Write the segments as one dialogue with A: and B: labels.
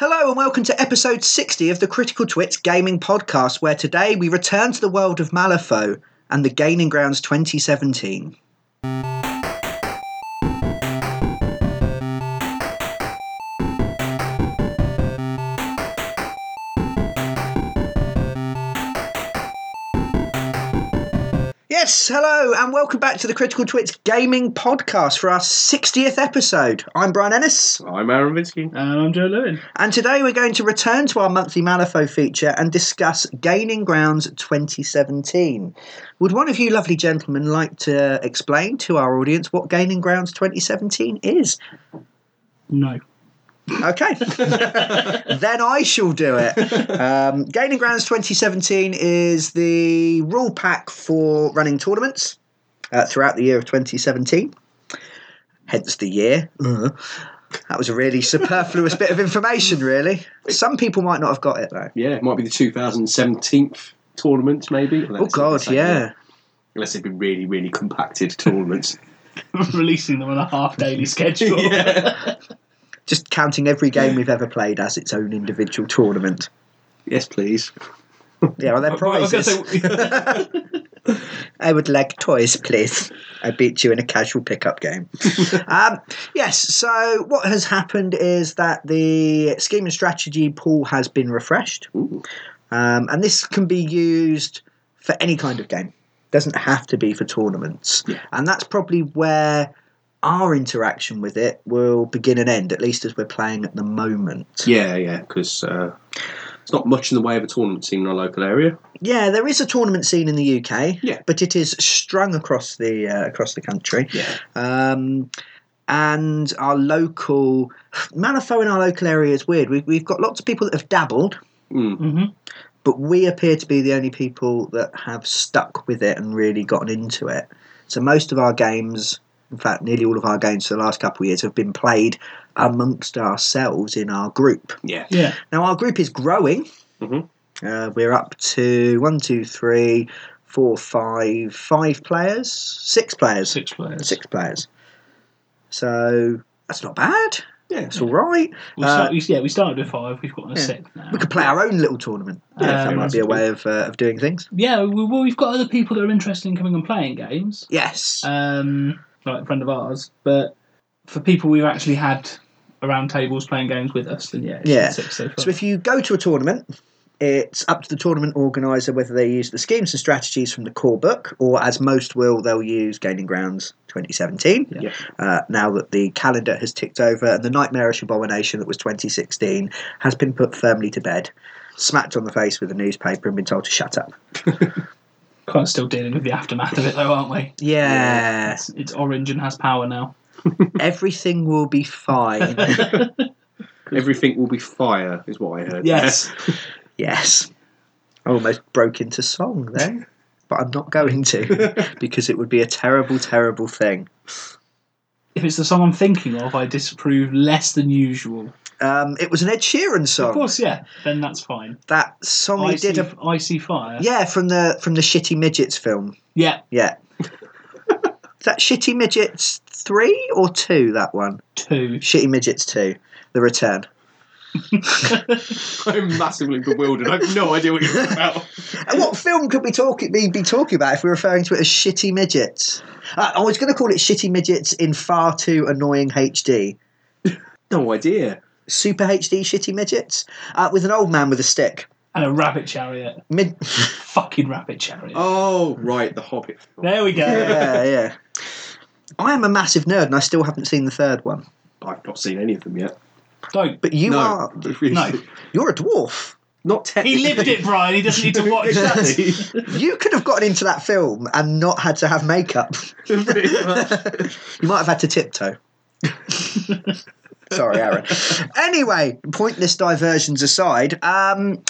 A: Hello and welcome to episode 60 of the Critical Twits Gaming Podcast, where today we return to the world of Malifaux and the Gaining Grounds 2017. Yes, hello and welcome back to the Critical Twits Gaming Podcast for our 60th episode. I'm Brian Ennis.
B: I'm Aaron Vitsky.
C: And I'm Joe Lewin.
A: And today we're going to return to our monthly Malifaux feature and discuss Gaining Grounds 2017. Would one of you lovely gentlemen like to explain to our audience what Gaining Grounds 2017 is?
C: No.
A: Okay. then I shall do it. Um, Gaining Grounds 2017 is the rule pack for running tournaments uh, throughout the year of 2017. Hence the year.
C: Uh-huh.
A: Uh, That was a really superfluous bit of information, really. Some people might not have got it, though.
B: Yeah, it might be the 2017th tournament, maybe.
A: Oh, God, yeah.
B: Unless they've been really, really compacted tournaments.
C: Releasing them on a half daily schedule.
A: Just counting every game we've ever played as its own individual tournament.
B: Yes, please.
A: Yeah, are there
C: I was gonna
A: prizes?
C: say-
A: I would like toys, please. I beat you in a casual pickup game. um, yes, so what has happened is that the scheme and strategy pool has been refreshed,
B: Ooh.
A: um, and this can be used for any kind of game. Doesn't have to be for tournaments,
B: Yeah.
A: and that's probably where our interaction with it will begin and end, at least as we're playing at the moment.
B: Yeah, yeah, because uh, it's not much in the way of a tournament scene in our local area.
A: Yeah, there is a tournament scene in the UK,
B: Yeah.
A: but it is strung across the uh, across the country.
B: Yeah.
A: Um, and our local Malifaux in our local area is weird. We, we've got lots of people that have dabbled,
B: Mm.
C: Mhm.
A: but we appear to be the only people that have stuck with it and really gotten into it. So most of our games, in fact, nearly all of our games for the last couple of years have been played amongst ourselves in our group.
B: Yeah.
C: Yeah.
A: Now our group is growing.
B: Mhm.
A: Uh, we're up to one, two, three, four, five, five players, six players,
C: Six players.
A: six players. So that's not bad.
B: Yeah.
A: It's all right.
C: We
A: Uh,
C: start, we- yeah, we started with five. We've got on a
A: yeah.
C: sixth now.
A: We could play our own little tournament.
C: Yeah,
A: that might be a way of, uh, of doing things.
C: Yeah, we, well, we've got other people that are interested in coming and playing games,
A: Yes.
C: um, like a friend of ours. But for people we've actually had around tables playing games with us, then yeah, it's
A: Yeah.
C: six so far.
A: So if you go to a tournament, it's up to the tournament organizer whether they use the schemes and strategies from the core book, or as most will, they'll use Gaining Grounds 2017.
C: Yeah.
A: Uh, now that the calendar has ticked over and the nightmarish abomination that was 2016 has been put firmly to bed, smacked on the face with a newspaper, and been told to shut up.
C: Kind of still dealing with the aftermath of it, though, aren't we?
A: Yeah,
C: It's, it's orange and has power now.
A: everything will be fine.
B: Everything will be fire, is what I heard.
C: Yes.
A: Yes. I almost broke into song then, but I'm not going to because it would be a terrible, terrible thing.
C: if it's the song I'm thinking of, I disapprove less than usual.
A: Um, it was an Ed Sheeran song.
C: Of course, yeah, then that's fine.
A: That song
C: I
A: he did
C: see,
A: a
C: I see fire.
A: yeah from the from the Shitty Midgets film.
C: yeah,
A: Yeah. Is that Shitty Midgets three or two? That one.
C: two.
A: Shitty Midgets two. The Return.
B: I'm massively bewildered. I have no idea what you're about.
A: And what film could we talk be, be talking about if we're referring to it as Shitty Midgets? Uh, I was going to call it Shitty Midgets in far too annoying HD.
B: No idea.
A: super HD shitty midgets uh, with an old man with a stick.
C: And a rabbit chariot.
A: Mid-
C: Fucking rabbit chariot.
B: Oh, right, The Hobbit.
C: There we go.
A: yeah, yeah. I am a massive nerd, and I still haven't seen the third one.
B: I've not seen any of them yet.
C: Don't.
A: But you
B: no,
A: are
C: No.
A: you're a dwarf.
B: Not
C: He
B: technically.
C: lived it, Brian. He doesn't need to watch that.
B: Exactly.
A: You could have gotten into that film and not had to have makeup.
B: Pretty much.
A: You might have had to tiptoe. Sorry, Aaron. Anyway, pointless diversions aside, um,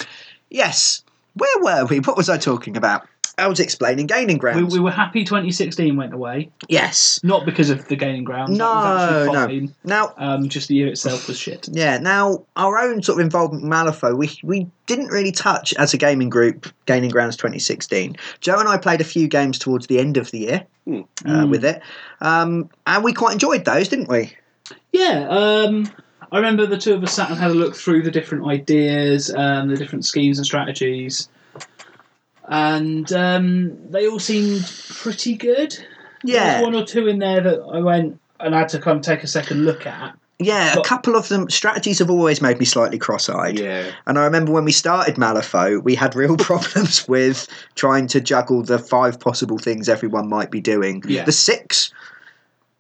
A: yes, where were we? What was I talking about? I was explaining gaining
C: We,
A: grounds.
C: we were happy 2016 went away.
A: yes.
C: Not because of the gaining grounds. that was
A: No,
C: actually
A: no.
C: fine.
A: Now,
C: Um, just the year itself was shit.
A: Yeah. Now, our own sort of involvement with Malifaux, we we didn't really touch as a gaming group. Gaining Grounds 2016. Joe and I played a few games towards the end of the year
B: Hmm.
A: uh,
C: Mm.
A: with it, um, and we quite enjoyed those, didn't we?
C: Yeah, um, I remember the two of us sat and had a look through the different ideas and the different schemes and strategies, and um, they all seemed pretty good. There was
A: Yeah,
C: one or two in there that I went and had to kind of take a second look at.
A: yeah. A couple of them strategies have always made me slightly cross-eyed.
B: Yeah.
A: And I remember when we started Malifaux, we had real problems with trying to juggle the five possible things everyone might be doing.
B: Yeah.
A: The six,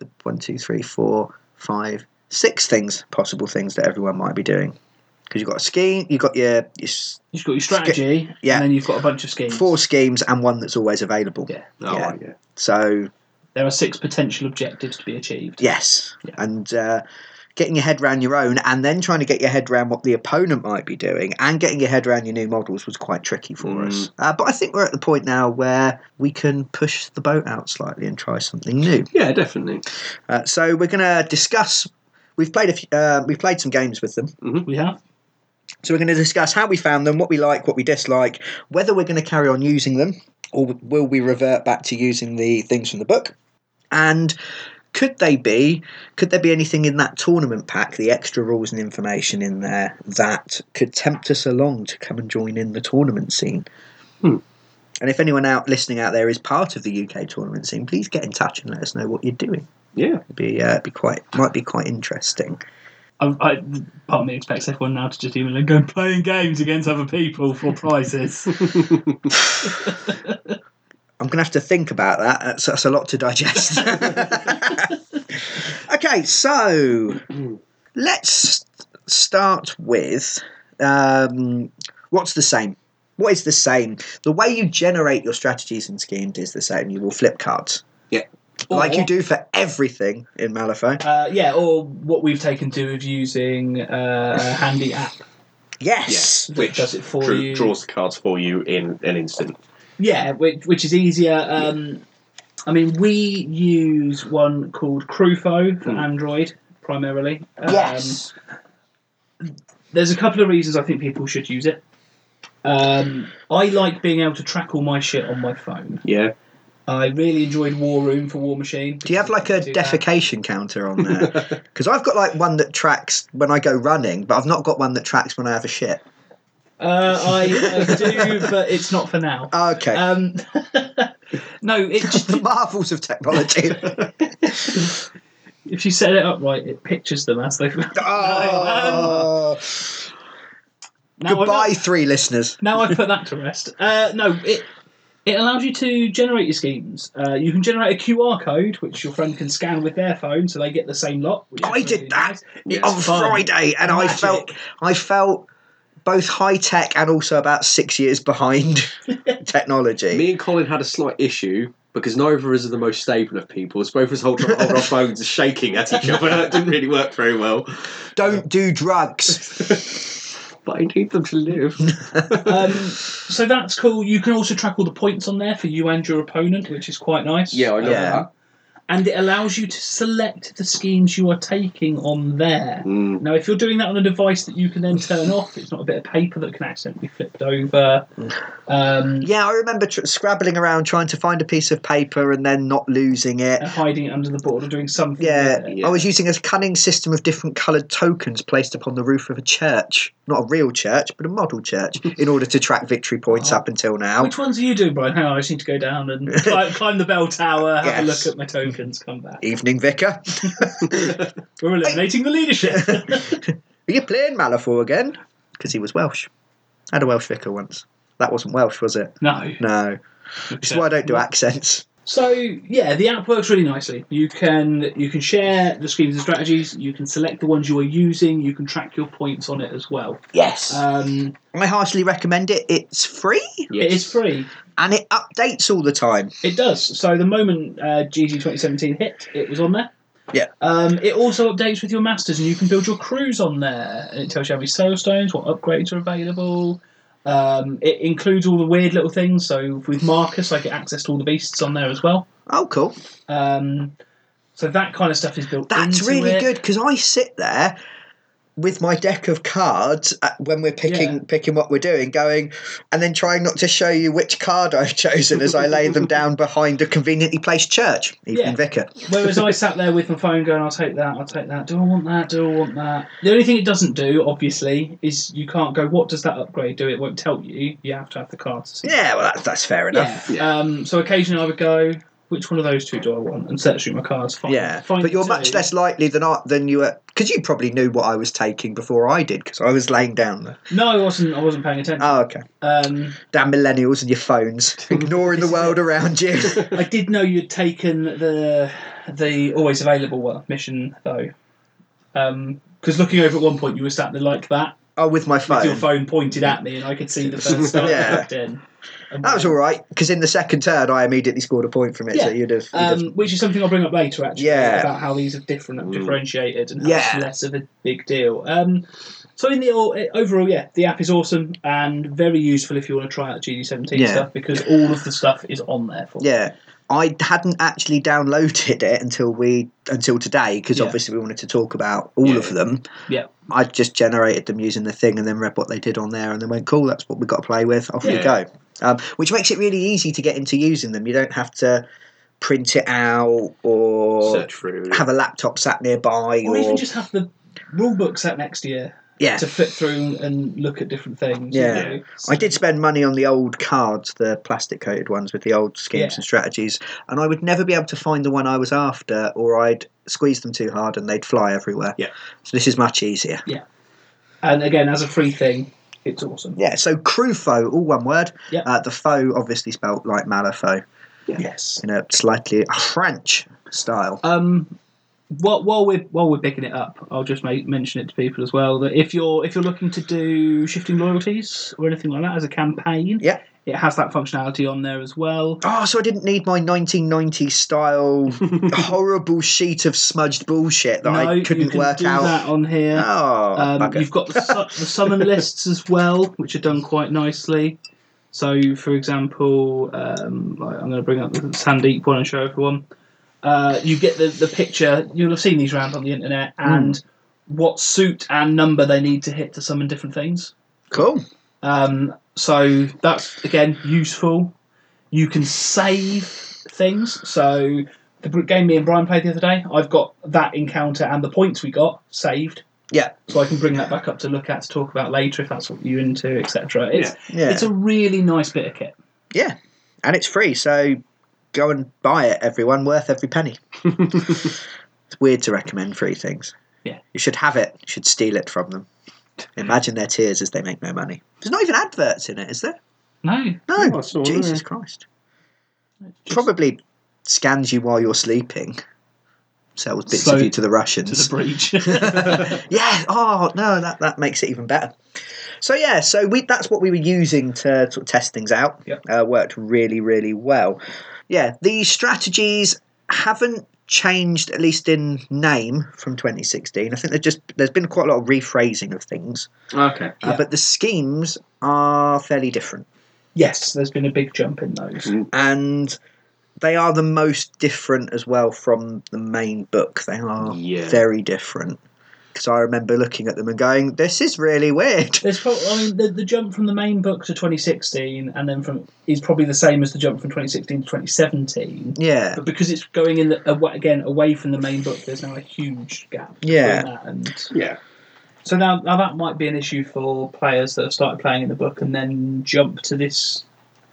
A: the one, two, three, four, five, six things, possible things that everyone might be doing. Because you've got a scheme, you've got your, your s-
C: You've got your strategy,
A: Yeah.
C: and then you've got a bunch of schemes.
A: four schemes and one that's always available.
C: Yeah.
B: Oh,
A: Yeah.
B: yeah. yeah.
A: So,
C: There are six potential objectives to be achieved.
A: yes.
C: Yeah.
A: And uh, getting your head round your own and then trying to get your head round what the opponent might be doing and getting your head round your new models was quite tricky for
B: Mm.
A: us. Uh, but I think we're at the point now where we can push the boat out slightly and try something new.
B: definitely.
A: Uh, so we're going to discuss. We've played a few, uh, we've played some games with them,
C: We have.
A: so we're going to discuss how we found them, what we like, what we dislike, whether we're going to carry on using them, or will we revert back to using the things from the book, and could they be could there be anything in that tournament pack, the extra rules and information in there that could tempt us along to come and join in the tournament scene?
B: Hmm.
A: And if anyone out listening out there is part of the UK tournament scene, please get in touch and let us know what you're doing.
B: Yeah.
A: It'd be uh, be quite might be quite interesting.
C: I, I, part of me expects everyone now to just even go playing games against other people for prizes.
A: I'm going to have to think about that. That's, that's a lot to digest. okay, so let's start with um, what's the same? What is the same? The way you generate your strategies and schemes is the same. You will flip cards.
B: Yeah.
A: Like
C: Or-
A: you do for everything in Malifaux.
C: Uh, yeah, or what we've taken to of using uh, a handy app
A: Yes.
B: Which
C: does it for
B: drew-
C: you.
B: draws the cards for you in an instant.
C: Yeah, which, which is easier. Um, I mean, we use one called Crufo for
B: Hmm.
C: Android primarily. Um,
A: Yes.
C: There's a couple of reasons I think people should use it. Um, I like being able to track all my shit on my phone.
B: Yeah.
C: I really enjoyed War Room for War Machine.
A: Do you have like a
C: Do that.
A: defecation counter on there? Because I've got like one that tracks when I go running, but I've not got one that tracks when I have a shit.
C: Uh, I, I do, but it's not for now.
A: Okay.
C: Um, no, it just,
A: the marvels of technology.
C: if you set it up right, it pictures them as they. Um,
A: Oh.
C: Now I've
A: Goodbye,
C: not-
A: three listeners.
C: now I've put that to rest. Uh, no, it it allows you to generate your schemes. Uh, you can generate a QR code, which your friend can scan with their phone, so they get the same lot. which is
A: I did
C: really
A: that.
C: nice.
B: Yeah.
A: On
C: fun.
A: Friday, and I
C: Magic.
A: felt I felt both high tech and also about six years behind technology.
B: Me and Colin had a slight issue because neither of us are the most stable of people. So both of us hold, hold our phones shaking at each other. It didn't really work very well.
A: Don't do drugs.
B: But I need them to live.
C: Um, so that's cool. You can also track all the points on there for you and your opponent, which is quite nice.
B: Yeah, I love
A: Yeah.
B: that.
C: and it allows you to select the schemes you are taking on there.
B: Mm.
C: Now, if you're doing that on a device that you can then turn off, it's not a bit of paper that can accidentally be flipped over. Um,
A: yeah, I remember tr- scrabbling around trying to find a piece of paper and then not losing it.
C: and hiding it under the board or doing something.
A: Yeah,
C: with it.
B: Yeah.
A: I was using a cunning system of different coloured tokens placed upon the roof of a church. Not a real church, but a model church, in order to track victory points up until now.
C: Which ones are you doing, Brian? Hang on, I just need to go down and climb, climb the bell tower, have a
A: Yes.
C: look at my tokens, come back.
A: Evening, Vicar.
C: We're eliminating the leadership.
A: Are you playing Malifaux again? Because he was Welsh. I had a Welsh vicar once. That wasn't Welsh, was it?
C: no.
A: No. This is why I don't do accents.
C: So yeah, the app works really nicely. You can you can share the schemes and strategies. You can select the ones you are using. You can track your points on it as well.
A: Yes.
C: Um,
A: I heartily recommend it. It's free
C: It is free.
A: and it updates all the time.
C: It does. So the moment uh, GG 2017 hit, it was on there.
A: Yeah.
C: Um, it also updates with your masters, and you can build your crews on there. And it tells you how many soul stones, what upgrades are available. Um, it includes all the weird little things. So with Marcus, I get access to all the beasts on there as well.
A: Oh, cool.
C: Um, so that kind of stuff is built.
A: That's
C: into
A: really
C: it.
A: good because I sit there with my deck of cards uh, when we're picking
C: Yeah.
A: picking what we're doing, going and then trying not to show you which card I've chosen as I lay them down behind a conveniently placed church, even
C: Yeah.
A: vicar.
C: Whereas I sat there with my phone going, I'll take that, I'll take that, do I want that, do I want that? The only thing it doesn't do, obviously, is you can't go, what does that upgrade do? It won't tell you. You have to have the cards. to see.
A: Yeah, well that's that's fair enough.
C: Yeah. Um, so occasionally I would go, which one of those two do I want? And search through my cards. Find,
A: Yeah,
C: find
A: but you're
C: two.
A: much less likely than I than you were because you probably knew what I was taking before I did because I was laying down the.
C: No, I wasn't. I wasn't paying attention.
A: Oh, okay.
C: Um,
A: Damn millennials and your phones, ignoring the world around you.
C: I did know you'd taken the the always available one mission though, because looking over at one point you were sat there like that
A: Oh, with my
C: with your
A: phone.
C: phone pointed at me, and I could see the first star
A: Yeah.
C: I looked in. And-
A: That was all right because in the second turn I immediately scored a point from it. So
C: Yeah.
A: you'd have, you'd have
C: Um, which is something I'll bring up later, actually,
A: Yeah.
C: about how these are different and
B: Mm.
C: differentiated and how
A: Yeah.
C: it's less of a big deal. Um, so in the all- overall, yeah, the app is awesome and very useful if you want to try out GD17
A: Yeah.
C: stuff because all of the stuff is on there for. you.
A: Yeah, I hadn't actually downloaded it until we until today because
C: Yeah.
A: obviously we wanted to talk about all
B: Yeah.
A: of them.
C: Yeah.
A: I just generated them using the thing and then read what they did on there and then went, "Cool, that's what we got to play with. Off we
B: Yeah.
A: go." Um, which makes it really easy to get into using them. You don't have to print it out or
B: Search through.
A: have a laptop sat nearby or,
C: Or even just have the rule book set next to you
A: yeah.
C: to flip through and look at different things. you
A: Yeah.
C: know.
A: I did spend money on the old cards, the plastic coated ones with the old schemes
C: Yeah.
A: and strategies, and I would never be able to find the one I was after, or I'd squeeze them too hard and they'd fly everywhere.
B: Yeah.
A: So this is much easier.
C: And again, as a free thing, it's awesome.
A: Yeah. So Crufo, all one word.
C: Yeah.
A: Uh, the foe obviously spelt like Malifaux
C: Yes.
A: in a slightly French style.
C: Um, while, while we're while we're picking it up, I'll just make, mention it to people as well that if you're if you're looking to do shifting loyalties or anything like that as a campaign,
A: Yeah.
C: it has that functionality on there as well.
A: Oh, so I didn't need my 1990s style horrible sheet of smudged bullshit that I
C: you
A: couldn't
C: can
A: work
C: do
A: out.
C: that on here.
A: Oh,
C: um,
A: bugger.
C: you've got the, su- the summon lists as well, which are done quite nicely. So, for example, um, like I'm going to bring up the Sandeep one and show everyone. Uh, you get the, the picture, you'll have seen these around on the internet, and what suit and number they need to hit to summon different things.
A: cool.
C: Um, so, that's again useful. You can save things. So, the br- game me and Brian played the other day, I've got that encounter and the points we got saved
A: Yeah.
C: so I can bring that back up to look at to talk about later if that's what you're into, etc. It's
A: Yeah.
C: it's a really nice bit of kit.
A: Yeah, and it's free, so go and buy it, everyone. Worth every penny. it's weird to recommend free things.
C: Yeah.
A: You should have it. You should steal it from them. Imagine their tears as they make no money. There's not even adverts in it, is there?
C: No,
A: No.
B: No, I saw
A: Jesus
B: that.
A: Christ.
C: just
A: Probably scans you while you're sleeping. Sells bits
C: So-
A: of you to the
C: to the
A: Russians.
C: breach.
A: yeah. Oh no, that, that makes it even better. So yeah, so we that's what we were using to sort of test things out.
C: Yep.
A: Uh, worked really, really well. Yeah, the strategies haven't changed at least in name from 2016. I think there's just there's been quite a lot of rephrasing of things,
B: Okay.
A: uh,
C: Yeah.
A: but the schemes are fairly different,
C: yes, there's been a big jump in those.
A: Mm. and they are the most different as well from the main book. They are
B: Yeah.
A: very different. Because I remember looking at them and going, "This is really weird."
C: There's probably, I mean, the, the jump from the main book to 2016, and then from is probably the same as the jump from 2016 to 2017.
A: Yeah,
C: But because it's going in the, awa- again away from the main book, there's now a huge gap. between
A: Yeah.
C: that and
B: Yeah.
C: So now, now that might be an issue for players that have started playing in the book and then jump to this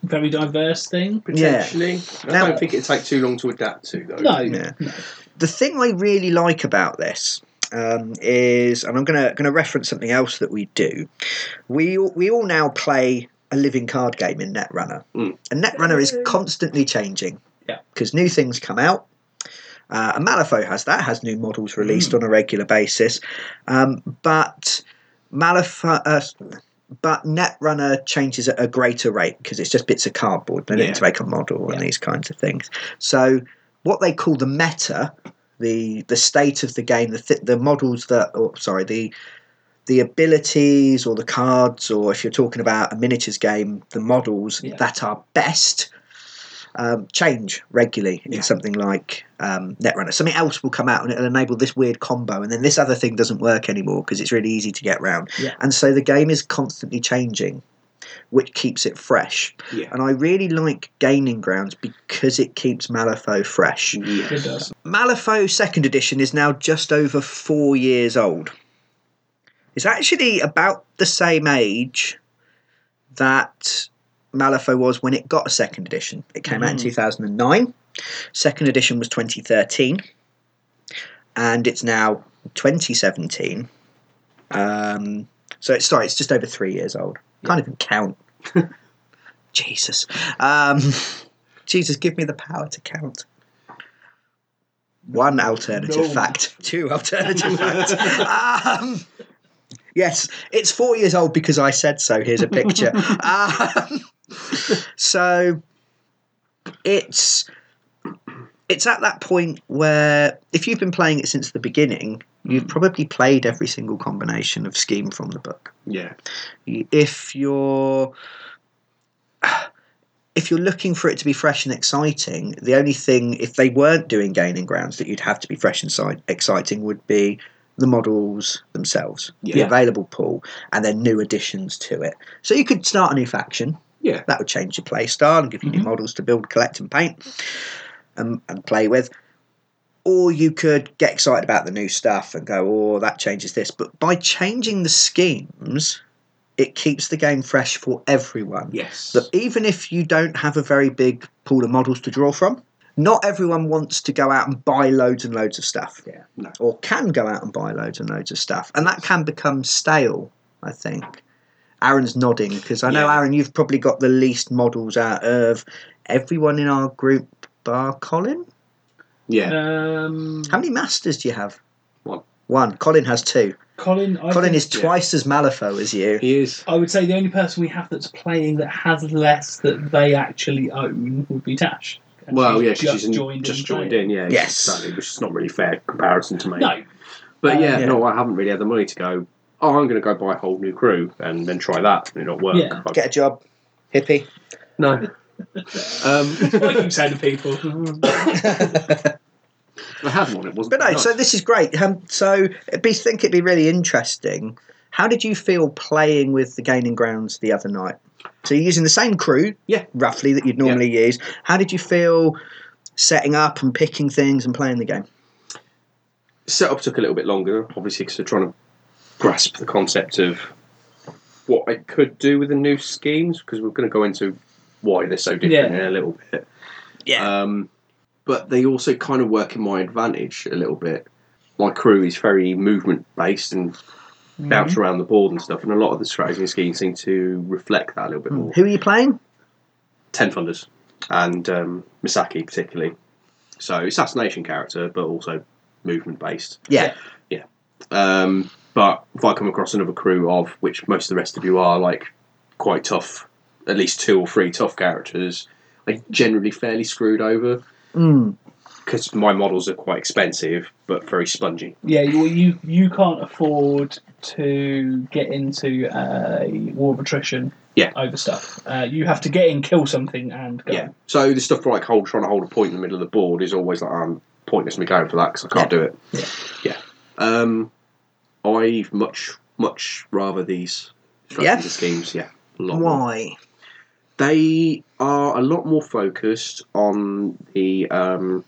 C: very diverse thing.
B: Potentially. I
A: Now-
B: don't think it'd take too long to adapt to though.
C: No,
A: Yeah.
C: no.
A: the thing I really like about this um, is, and I'm gonna gonna reference something else that we do. We all- we all now play a living card game in Netrunner,
B: Mm.
A: and Netrunner is constantly changing.
C: Yeah.
A: because new things come out. Uh, and Malifaux has that has new models released
C: Mm.
A: on a regular basis, um, but Malifaux. Uh, but Netrunner changes at a greater rate because it's just bits of cardboard. They
B: Yeah.
A: need to make a model and
C: Yeah.
A: these kinds of things. So what they call the meta, the the state of the game, the th- the models that, or sorry, the the abilities or the cards, or if you're talking about a miniatures game, the models
C: Yeah.
A: that are best um, change regularly in
B: Yeah.
A: something like um, Netrunner. Something else will come out and it'll enable this weird combo, and then this other thing doesn't work anymore because it's really easy to get round.
C: Yeah.
A: And so the game is constantly changing, which keeps it fresh.
B: Yeah.
A: And I really like Gaining Grounds because it keeps Malifaux fresh.
C: It does.
A: Malifaux Second Edition is now just over four years old. It's actually about the same age that Malifaux was when it got a second edition. It came out in
C: Mm.
A: 2009. Second edition was 2013, and it's now 2017. Um, so it's sorry, it's just over three years old. Can't even count. Jesus, um, Jesus, give me the power to count. One alternative
B: No.
A: fact, two alternative facts. Um, yes, it's four years old because I said so. Here's a picture. um, so it's it's at that point where if you've been playing it since the beginning, you've probably played every single combination of scheme from the book
B: Yeah.
A: if you're if you're looking for it to be fresh and exciting, the only thing if they weren't doing gaining grounds that you'd have to be fresh and si- exciting would be the models themselves, the
B: Yeah.
A: available pool, and then new additions to it. So you could start a new faction.
B: Yeah.
A: That would change your play style and give you new models to build, collect, and paint and, and play with. Or you could get excited about the new stuff and go, oh, that changes this. But by changing the schemes, it keeps the game fresh for everyone.
B: Yes.
A: That even if you don't have a very big pool of models to draw from, not everyone wants to go out and buy loads and loads of stuff
B: yeah. No.
A: or can go out and buy loads and loads of stuff, and that can become stale. I think. Aaron's nodding because I know
B: Yeah.
A: Aaron, you've probably got the least models out of everyone in our group, bar Colin.
B: Yeah.
C: Um,
A: How many masters do you have?
B: One.
A: One. Colin has two.
C: Colin, I
A: Colin
C: think-
A: is
B: yeah.
A: twice as Malifaux as you.
B: He is.
C: I would say the only person we have that's playing that has less that they actually own would be Tash. And
B: Well, yeah,
C: she's
B: 'cause she's in- just
C: playing.
B: joined in. Yeah.
A: Yes.
B: Exactly. Which is not really a fair comparison to make.
C: No,
B: But yeah,
A: Yeah.
B: no, I haven't really had the money to go. Oh, I'm going to go buy a whole new crew and then try that, and it'll work.
C: Yeah.
B: But-
A: Get a job, hippie.
B: no. um,
C: I keep saying to people,
B: I had one. It wasn't.
A: But no,
B: very
A: so
B: nice.
A: this is great. Um, so it'd be think it'd be really interesting. How did you feel playing with the Gaining Grounds the other night? So you're using the same crew,
B: Yeah.
A: roughly that you'd normally use. How did you feel setting up and picking things and playing the game?
B: setup took a little bit longer, obviously, because they're trying to grasp the concept of what I could do with the new schemes. Because we're going to go into why they're so different
C: Yeah.
B: in a little bit.
A: Yeah.
B: Um, but they also kind of work in my advantage a little bit. My crew is very movement based and bounce around the board and stuff, and a lot of the strategy and schemes seem to reflect that a little bit more.
A: Who are you playing?
B: Ten Thunders and um, Misaki particularly. So assassination character, but also movement based.
A: Yeah.
B: Um, but if I come across another crew of which most of the rest of you are like quite tough, at least two or three tough characters, I generally fairly screwed over
A: Mm.
B: because my models are quite expensive but very spongy.
C: yeah, you, you you can't afford to get into a war of attrition
B: Yeah.
C: over stuff. Uh, you have to get in, kill something, and go.
B: Yeah. So the stuff like hold trying to hold a point in the middle of the board is always like I'm pointless me going for that because I can't do it.
C: Yeah.
B: Yeah. Um, I much much rather these strategies
A: Yeah.
B: and schemes. Yeah. A lot more.
A: Why?
B: they are a lot more focused on the um,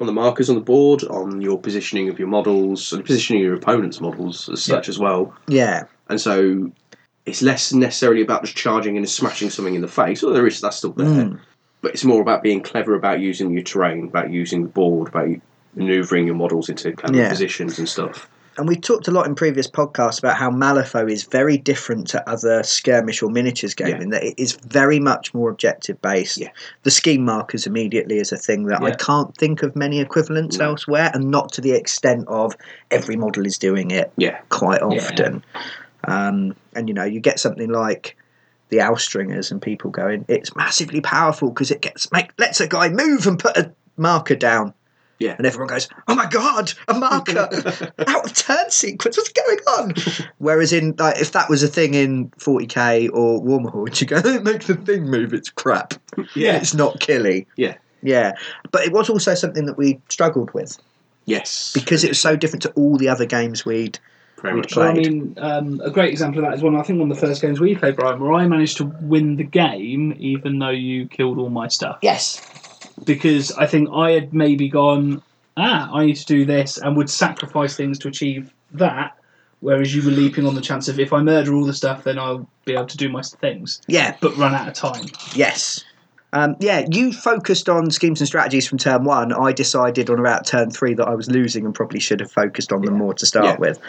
B: on the markers on the board, on your positioning of your models, and positioning of your opponent's models as such as well.
A: Yeah.
B: And so it's less necessarily about just charging in and smashing something in the face, although there is that's still there.
A: Mm.
B: But it's more about being clever about using your terrain, about using the board, about manoeuvring your models into clever
A: Yeah.
B: positions and stuff.
A: And we talked a lot in previous podcasts about how Malifaux is very different to other skirmish or miniatures game
B: Yeah.
A: in that it is very much more objective based.
B: Yeah.
A: The scheme markers immediately is a thing that I
C: Yeah.
A: can't think of many equivalents
B: No.
A: elsewhere, and not to the extent of every model is doing it
B: Yeah.
A: quite
C: Yeah.
A: often. Um, and you know, you get something like the Oustringers and people going, it's massively powerful because it gets make lets a guy move and put a marker down.
B: Yeah.
A: And everyone goes, oh my God, a marker out of turn sequence. What's going on? Whereas in, like, if that was a thing in 40K or Warmhorn, you go, it makes the thing move. It's crap.
B: Yeah.
A: It's not killy.
B: Yeah.
A: Yeah. But it was also something that we struggled with
B: Yes.
A: because it was so different to all the other games we'd.
B: Very
A: we'd
B: much.
A: play.
B: so.
C: Well, I
A: played.
C: mean, um, a great example of that is one I think one of the first games we played, Brian, where I managed to win the game even though you killed all my stuff
A: Yes.
C: because I think I had maybe gone, ah, I need to do this, and would sacrifice things to achieve that. Whereas you were leaping on the chance of if I murder all the stuff, then I'll be able to do my things,
A: Yeah.
C: but run out of time.
A: Yes. Um, yeah, you focused on schemes and strategies from turn one. I decided on about turn three that I was losing and probably should have focused on them more to start
B: Yeah.
A: with.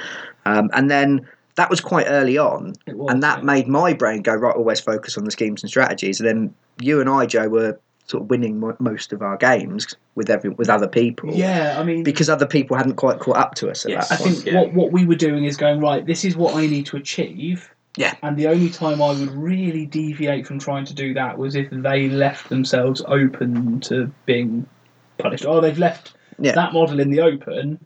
A: Um, and then that was quite early on,
C: It was,
A: and that
C: yeah.
A: made my brain go right. Always focus on the schemes and strategies. And then you and I, Joe, were sort of winning mo- most of our games with every with other people.
C: Yeah, I mean,
A: Because other people hadn't quite caught up to us at
B: Yes.
A: that
C: I
A: point.
C: think
B: Yeah.
C: what, what we were doing is going right. This is what I need to achieve.
A: Yeah.
C: And the only time I would really deviate from trying to do that was if they left themselves open to being punished. Oh, they've left
A: Yeah.
C: that model in the open.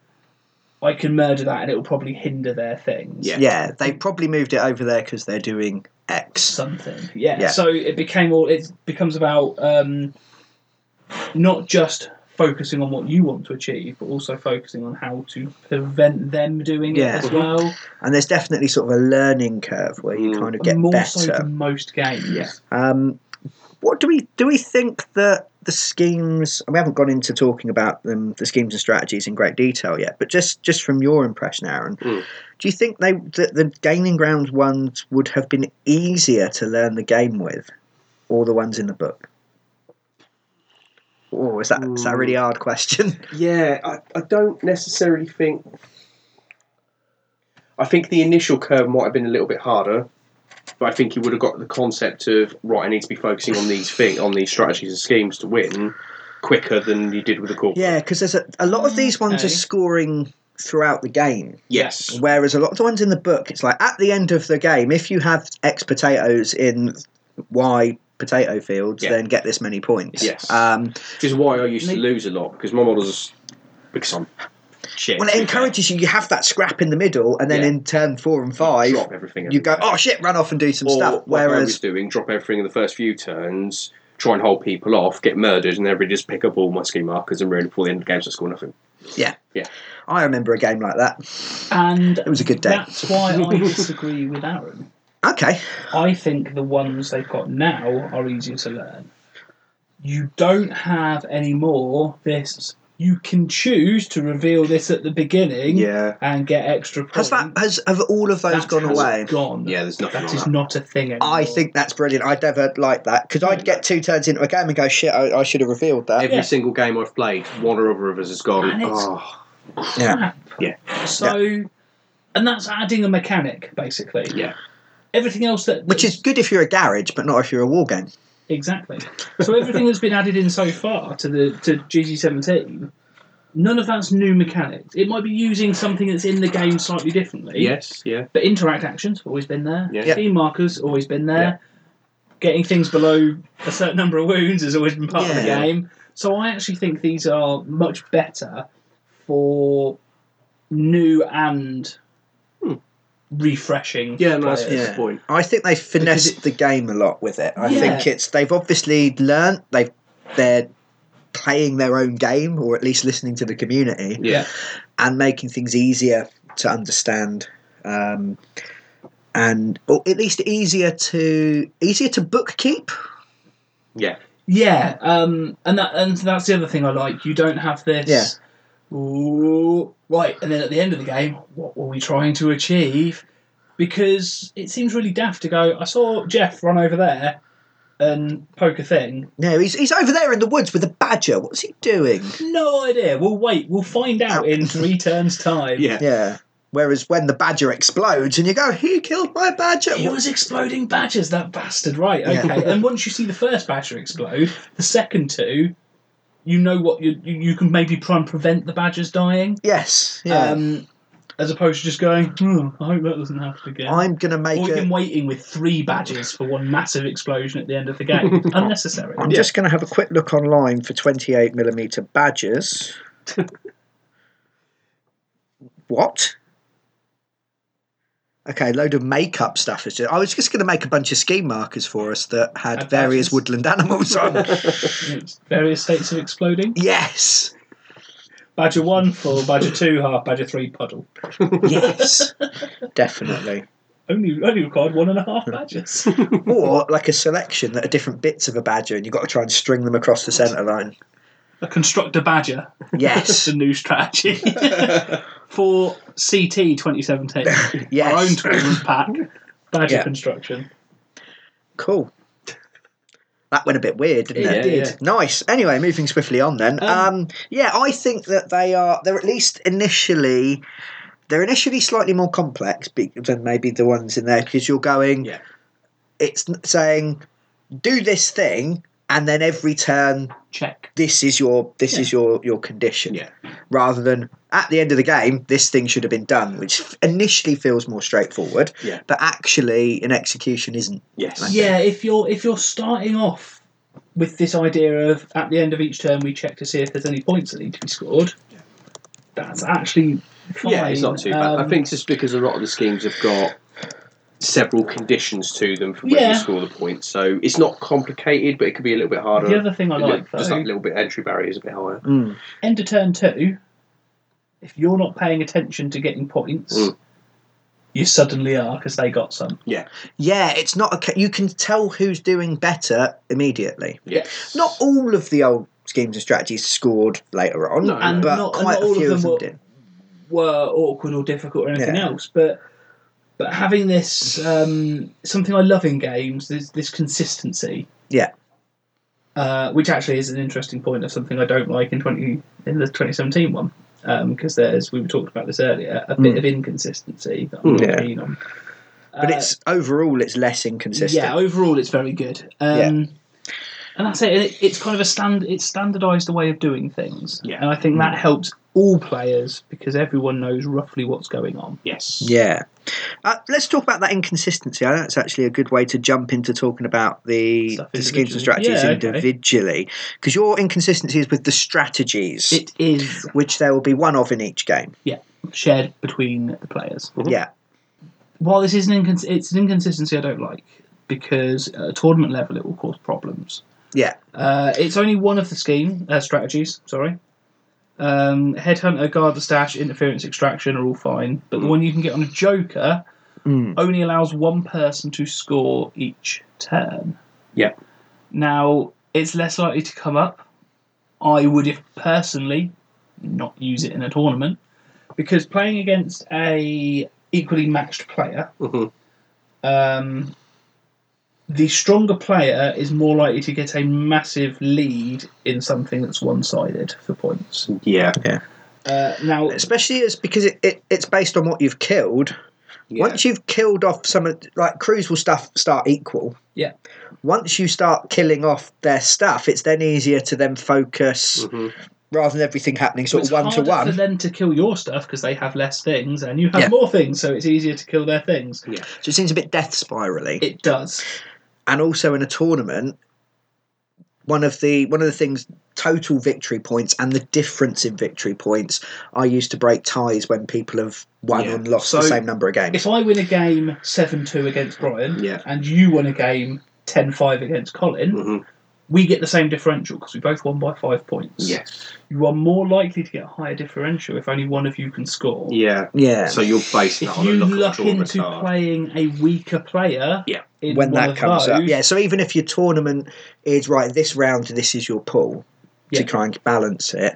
C: I can murder that, and it will probably hinder their things.
B: Yeah.
A: yeah, they probably moved it over there because they're doing X.
C: Something. Yeah.
A: Yeah.
C: So it became all. It becomes about um, not just focusing on what you want to achieve, but also focusing on how to prevent them doing
A: Yeah.
C: it as well.
A: And there's definitely sort of a learning curve where you
B: Mm.
A: kind of get
C: more
A: better.
C: so than most games.
B: Yeah.
A: Um, what do we do? We think that the schemes. and We haven't gone into talking about them, the schemes and strategies in great detail yet. But just just from your impression, Aaron,
B: Mm.
A: do you think they that the gaining ground ones would have been easier to learn the game with, or the ones in the book? Oh, is that is that a really hard question?
B: Yeah, I, I don't necessarily think. I think the initial curve might have been a little bit harder, but I think you would have got the concept of right. I need to be focusing on these thing, on these strategies and schemes to win quicker than you did with the corporate.
A: Yeah, because there's a, a lot of these ones
C: Okay.
A: are scoring throughout the game.
B: Yes.
A: Whereas a lot of the ones in the book, it's like at the end of the game, if you have X potatoes in Y potato fields,
B: Yeah.
A: then get this many points.
B: Yes.
A: Um,
B: Which is why I used to
C: Me-
B: lose a lot because my models because I'm shit.
A: well, it encourages you. You have that scrap in the middle, and then
B: Yeah.
A: in turn four and five,
B: drop everything.
A: you go,
B: everywhere.
A: oh shit, run off and do some
B: or
A: stuff.
B: like I was
A: Whereas,
B: doing, drop everything in the first few turns, try and hold people off, get murdered, and everybody just pick up all my scheme markers and ruin it before the end of the game, so I score nothing.
A: yeah.
B: Yeah.
A: I remember a game like that.
C: And
A: It was a good day.
C: that's why I disagree with Aaron.
A: Okay.
C: I think the ones they've got now are easier to learn. You don't have any more this. You can choose to reveal this at the beginning
B: Yeah.
C: and get extra points.
A: Has that has have all of those
C: That
A: gone
C: has
A: away?
C: Gone.
B: Yeah, there's nothing
C: That
B: on
C: is
B: that.
C: not a thing anymore.
A: I think that's brilliant. I'd never like that because I'd get two turns into a game and go, shit, I, I should have revealed that.
B: Every
C: Yeah.
B: single game I've played, one or other of us has gone.
C: And it's-
B: Oh,
A: yeah.
C: crap.
B: Yeah.
C: So, and that's adding a mechanic basically.
B: Yeah.
C: Everything else that
A: Which is good if you're a garage, but not if you're a war game.
C: Exactly. So everything that's been added in so far to the to GG17, none of that's new mechanics. It might be using something that's in the game slightly differently.
B: yes, yeah.
C: But interact actions always been there.
B: Yeah.
A: Yeah.
C: Team markers always been there. Getting things below a certain number of wounds has always been part of the
A: Yeah.
C: game. So I actually think these are much better for new and
B: Hmm.
C: refreshing.
B: Yeah, no, that's
C: players.
A: yeah.
B: the point.
A: I think they finessed
C: it-
A: the game a lot with it. I
C: Yeah.
A: think it's they've obviously learnt they they're playing their own game or at least listening to the community
B: Yeah.
A: and making things easier to understand um, and or at least easier to easier to bookkeep.
B: Yeah.
C: Yeah, um, and that and that's the other thing I like. You don't have this. Ooh, right, and then at the end of the game, what were we trying to achieve? Because it seems really daft to go. I saw Jeff run over there and poke a thing.
A: No, he's he's over there in the woods with a badger. What's he doing?
C: No idea. We'll wait. We'll find out in three turns' time.
B: Yeah.
A: Yeah. Whereas when the badger explodes and you go, "He killed my badger."
C: He was exploding badgers, that bastard. Right,
A: Yeah.
C: okay. and once you see the first badger explode, the second two, you know what you you, you can maybe try and prevent the badgers dying.
A: yes. Yeah.
C: um, as opposed to just going, hmm, I hope that doesn't happen again.
A: I'm gonna make
C: or
A: a.
C: him waiting with three badges for one massive explosion at the end of the game. Unnecessary.
A: I'm just going to have a quick look online for 28 millimeter badgers. what? Okay, a load of makeup stuff. Is just, I was just going to make a bunch of ski markers for us that had
C: Had
A: various
C: badges.
A: woodland animals on.
C: It's various states of exploding.
A: yes,
C: Badger one full, Badger two half, Badger three puddle.
A: yes, definitely.
C: Only only required one and a half badgers.
A: Or like a selection that are different bits of a badger, and you've got to try and string them across the centre line.
C: a constructor badger. It's
A: Yes,
C: a new strategy for CT 2017. Our own
A: yes,
C: tournament pack. Badger
A: Yeah.
C: construction.
A: cool. That went a bit weird, didn't
C: It
A: it?
C: did.
A: Nice. Anyway, moving swiftly on then.
C: Um,
A: Um, yeah, I think that they are. They're at least initially. They're initially slightly more complex be- than maybe the ones in there because you're going.
B: Yeah.
A: It's n- saying, do this thing, and then every turn,
C: Check.
A: this is your this is your your condition.
B: Yeah.
A: Rather than at the end of the game, this thing should have been done, which f- initially feels more straightforward.
B: Yeah.
A: But actually, in execution, isn't.
B: Yes.
C: Yeah, if you're if you're starting off with this idea of at the end of each turn we check to see if there's any points that need to be scored, that's actually fine.
B: Yeah, it's not too bad. I
C: Um,
B: think it's just because a lot of the schemes have got several conditions to them for when
C: Yeah.
B: you score the points. So it's not complicated, but it could be a little bit harder.
C: Um, the other thing I
B: A little-
C: like though,
B: just that little bit entry barrier is a bit higher.
A: Mm.
C: end of turn two, if you're not paying attention to getting points,
B: Mm.
C: you suddenly are because they got some.
A: Yeah, it's not. A, ca- you can tell who's doing better immediately.
B: Yeah.
A: Not all of the old schemes and strategies scored later on,
B: No,
A: but
B: And
C: not- and
A: quite
C: not all
A: a
C: of
A: few
C: them
A: of them,
C: were-
A: did.
C: were awkward or difficult or anything
A: Yeah.
C: else. But but having this um, something I love in games is this consistency.
A: Yeah.
C: Uh, which actually is an interesting point of something I don't like in twenty in the twenty seventeen one because there's we were talking about this earlier a bit
A: Mm.
C: of inconsistency that I'm
B: Mm.
C: not
A: Hmm, Yeah.
C: keen on.
A: But
C: Uh,
A: it's overall, it's less inconsistent.
C: yeah, overall, it's very good. Um,
A: Yeah.
C: And that's it. it. It's kind of a stand. It's standardised a way of doing things.
B: Yeah.
C: And I think
A: Mm.
C: that helps all players because everyone knows roughly what's going on.
B: Yes.
A: Yeah. Uh, let's talk about that inconsistency. I know it's actually a good way to jump into talking about the,
C: Stuff
A: the schemes
C: individually.
A: and strategies
C: Yeah, okay.
A: individually, because your inconsistency is with the strategies,
C: It is
A: which there will be one of in each game.
C: shared between the players.
B: Mhm.
A: Mm-hmm. Yeah.
C: While this is an incons- it's an inconsistency I don't like because at a tournament level it will cause problems.
A: Yeah.
C: Uh, it's only one of the scheme uh, strategies. Sorry. Um, headhunter, guard the stash, interference, extraction are all fine, but the
B: Mm.
C: one you can get on a joker
A: Mm.
C: only allows one person to score each turn.
B: Yeah.
C: Now, it's less likely to come up. I would, if personally, not use it in a tournament because playing against a equally matched player,
B: Mhm.
C: um, the stronger player is more likely to get a massive lead in something that's one-sided for points.
B: Yeah.
C: Uh, now,
A: Especially as because it, it, it's based on what you've killed.
B: Yeah.
A: Once you've killed off some of like crews will stuff start equal.
C: Yeah.
A: Once you start killing off their stuff, it's then easier to then focus
B: Mhm.
A: rather than everything happening sort
C: Mm. it's
A: of one to
C: harder
A: one.
C: for them to kill your stuff because they have less things and you have
A: Yeah.
C: more things, so it's easier to kill their things.
A: So it seems a bit death spirally.
C: It does.
A: and also in a tournament, one of the one of the things total victory points and the difference in victory points are used to break ties when people have won
B: Yeah.
A: and lost the
C: So-
A: same number of games.
C: If I win a game 7 2 against Brian
B: Yeah.
C: and you win a game 10 5 against Colin,
A: Hmm.
B: Mhm.
C: we get the same differential because we both won by five points.
B: Yes.
C: You are more likely to get a higher differential if only one of you can score.
B: Yeah.
A: Yeah.
B: So you're basing that
C: If
B: on a
C: you
B: look,
C: luck
B: at a draw
C: into
B: card.
C: playing a weaker player
B: Yeah.
C: in
A: when
C: one
A: that
C: of
A: comes up.
C: those,
A: Yeah, so even if your tournament is right this round, this is your pool
C: Yeah.
A: to try and balance it.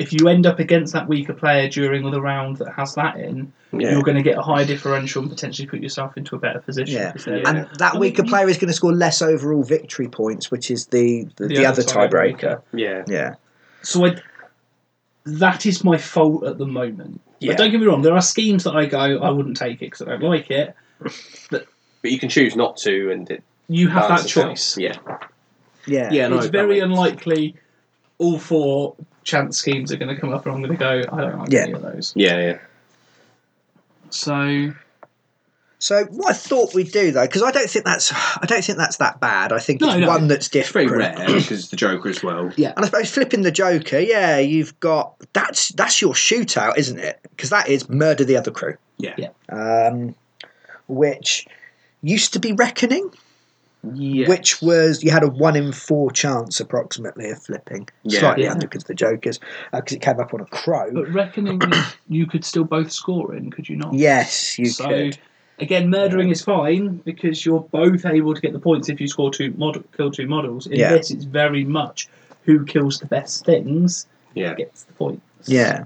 C: if you end up against that weaker player during the round that has that in,
B: Yeah.
C: you're going to get a higher differential and potentially put yourself into a better position.
A: Yeah.
C: 'cause they're-
A: And that
C: I
A: weaker
C: mean, you-
A: player is going to score less overall victory points, which is the the, the other
C: side
A: tiebreaker.
C: weaker.
B: Yeah.
A: Yeah.
C: So I, that is my fault at the moment.
B: Yeah.
C: But don't get me wrong, there are schemes that I go, I wouldn't take it because I don't like it.
B: But you can choose not to, and it
C: You have that
B: balances out.
C: choice.
B: Yeah.
A: Yeah.
B: Yeah. no,
C: it's
B: that
C: very
B: makes-
C: unlikely all four chance schemes are going to come up and I'm going to go, I don't like
A: Yeah.
C: any of those.
B: Yeah. Yeah.
C: So
A: So what I thought we'd do though, because I don't think that's I don't think that's that bad. I think
C: No,
A: it's
C: no,
A: one that's
B: It's very
A: different.
B: rare because the Joker as well.
C: Yeah.
A: And I suppose flipping the Joker, yeah, you've got that's that's your shootout, isn't it? Because that is murder the other crew,
B: Yeah.
C: Yeah.
A: um, which used to be Reckoning,
B: Yeah.
A: which was you had a one in four chance approximately of flipping,
B: Yeah.
A: slightly
C: Yeah. Oh.
A: under because the Joker's because it came up on a crow.
C: But reckoning is- you could still both score in, could you not?
A: Yes, you
C: so
A: could.
C: again, murdering is fine because you're both able to get the points if you score two mod- kill two models. In
A: Yeah.
C: this, it's very much who kills the best things
B: Yeah.
C: gets the points.
A: Yeah.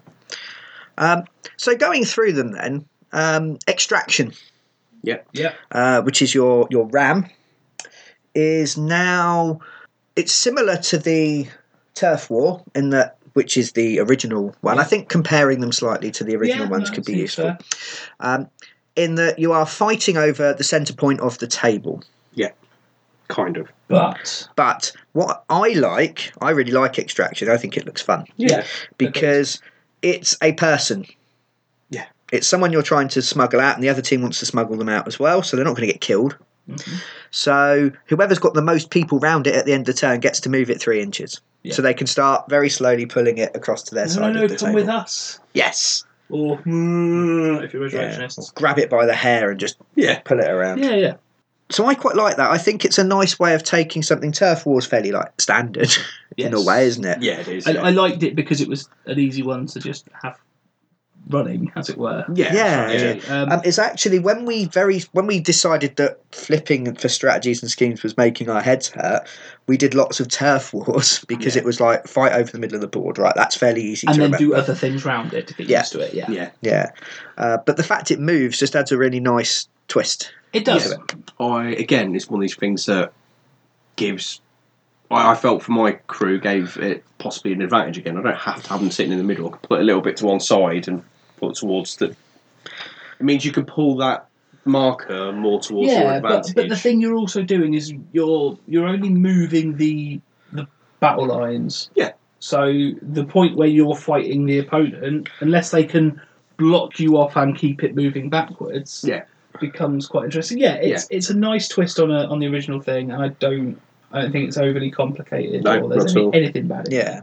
A: Um, so going through them then, um, extraction.
C: yeah.
A: uh, which is your your RAM, is now it's similar to the turf war in that which is the original one. I think comparing them slightly to the original
C: Yeah,
A: ones
C: no,
A: could be
C: seems
A: useful.
C: fair.
A: Um, in that you are fighting over the center point of the table.
B: Kind of.
C: But
A: But what I like, I really like extraction. I think it looks fun
C: yeah,
A: because it's a person.
B: Yeah.
A: It's someone you're trying to smuggle out, and the other team wants to smuggle them out as well, so they're not going to get killed.
C: Mhm.
A: So whoever's got the most people round it at the end of the turn gets to move it three inches.
C: Yeah.
A: So they can start very slowly pulling it across to their
C: no,
A: side
C: no,
A: of the
C: come
A: table.
C: with us.
A: yes.
C: Or "Mm," if you're
A: Yeah.
C: resurrectionists.
A: Grab it by the hair and just
B: Yeah.
A: pull it around.
C: Yeah, yeah.
A: So I quite like that. I think it's a nice way of taking something turf war's fairly like standard in a
C: Yes.
A: way, isn't it?
B: Yeah, it is.
C: I,
B: yeah.
C: I liked it because it was an easy one to just have running, as it were.
B: yeah.
A: Yeah.
B: yeah.
C: Um,
A: Um, it's actually when we very when we decided that flipping for strategies and schemes was making our heads hurt, we did lots of turf wars because
B: Yeah.
A: it was like fight over the middle of the board, right? That's fairly easy
C: and
A: to
C: then
A: remember.
C: do other things round it to get
A: Yeah.
C: used to it. Yeah,
B: Yeah.
A: Yeah, uh, but the fact it moves just adds a really nice twist.
C: it does.
B: Yeah. I again, it's one of these things that gives. I, I felt for my crew gave it possibly an advantage again. I don't have to have them sitting in the middle. I can put a little bit to one side and put towards the. It means you can pull that marker more towards your
C: yeah, but,
B: advantage.
C: but the thing you're also doing is you're you're only moving the the battle lines.
B: Yeah.
C: So the point where you're fighting the opponent, unless they can block you off and keep it moving backwards,
B: Yeah.
C: becomes quite interesting. Yeah, it's it's a nice twist on a on the original thing, and I don't I don't think it's overly complicated
B: No,
C: or there's
B: not at
C: any,
B: all.
C: anything bad. in it.
A: Yeah,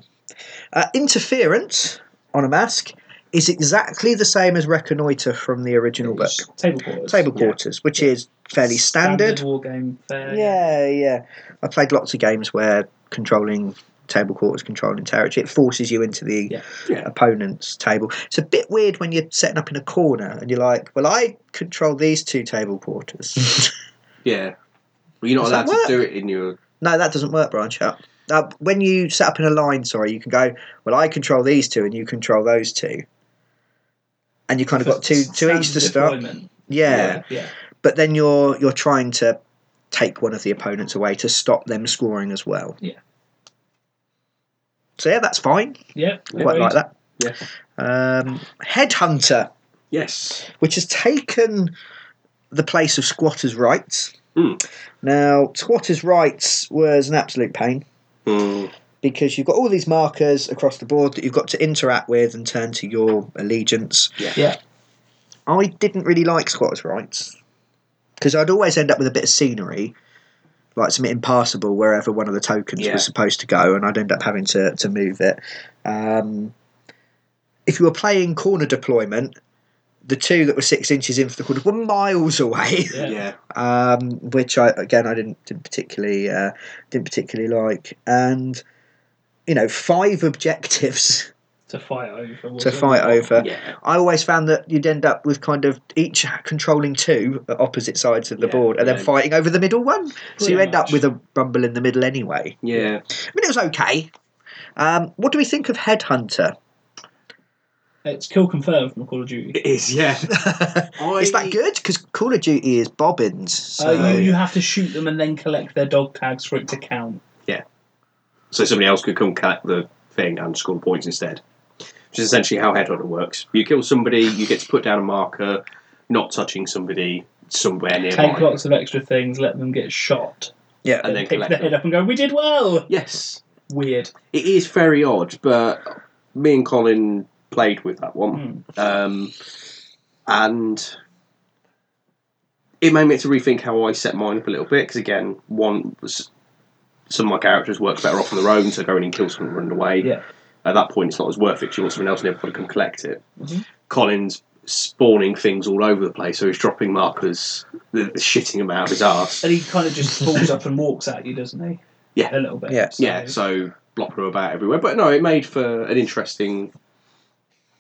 A: uh, interference on a mask is exactly the same as reconnoiter from the original book.
C: It's Table quarters.
A: Table
B: yeah.
A: quarters, which is fairly standard.
C: war game fair.
A: Yeah, yeah. I played lots of games where controlling table quarters, controlling territory, it forces you into the
C: Yeah.
B: Yeah.
A: opponent's table. It's a bit weird when you're setting up in a corner and you're like, "Well, I control these two table quarters."
B: yeah, well, you're
A: Does
B: not
A: that
B: allowed to
A: work?
B: do it in your.
A: No, that doesn't work, Branch Up. Uh, when you set up in a line, sorry, you can go, well, I control these two and you control those two. And you kind of got two, two each to
C: Standard
A: start.
C: deployment.
A: Yeah.
B: Yeah.
C: Yeah.
A: But then you're you're trying to take one of the opponents away to stop them scoring as well.
C: Yeah.
A: So yeah, that's fine.
C: Yeah.
A: Quite
C: agreed.
A: like that.
B: Yeah.
A: Um, Headhunter,
B: Yes.
A: which has taken the place of squatters' rights.
C: Hmm.
B: Mm.
A: Now, squatters' rights was an absolute pain. Hmm.
B: Mm.
A: because you've got all these markers across the board that you've got to interact with and turn to your allegiance.
B: Yeah.
C: Yeah.
A: I didn't really like squatters' rights because I'd always end up with a bit of scenery, like some impassable wherever one of the tokens
B: Yeah.
A: was supposed to go, and I'd end up having to, to move it. Um, if you were playing corner deployment, the two that were six inches in for the corner were miles away
C: Yeah.
B: Yeah.
A: um, which I again I didn't, didn't particularly uh, didn't particularly like, and you know five objectives
C: To fight over.
A: to
C: whatever.
A: fight over.
B: Yeah.
A: I always found that you'd end up with kind of each controlling two at opposite sides of the
B: Yeah,
A: board, and
B: yeah.
A: then fighting over the middle one. so
C: Pretty
A: you end up
C: much.
A: with a rumble in the middle anyway.
B: Yeah.
A: I mean, it was okay. Um, what do we think of Headhunter?
C: It's kill confirmed from Call of Duty.
B: It is. Yeah. I, Oh,
A: Is that good? Because Call of Duty is bobbins. So.
C: Uh, you, you have to shoot them and then collect their dog tags for it to count.
B: so somebody else could come collect the thing and score points instead. Which is essentially how Headhunter works. You kill somebody, you get to put down a marker, not touching somebody somewhere nearby,
C: Take lots of extra things, let them get shot,
A: yeah.
B: and then
C: pick
B: collect
C: their
B: them.
C: head up and go, "We did well."
B: Yes,
C: Weird.
B: it is very odd, but me and Colin played with that one, um, and it made me to rethink how I set mine up a little bit because again, one s- some of my characters work better off on their own, so going and kill someone and run away.
C: Yeah.
B: At that point, it's not as worth it. 'cause You want someone else nearby to come collect it.
C: Mhm.
B: Colin's spawning things all over the place, so he's dropping markers, the, the shitting them out of his arse.
C: And he kind of just falls up and walks at you, doesn't he?
B: Yeah.
C: a little bit.
A: Yeah.
C: So-
B: Yeah, so blocker about everywhere. But no, it made for an interesting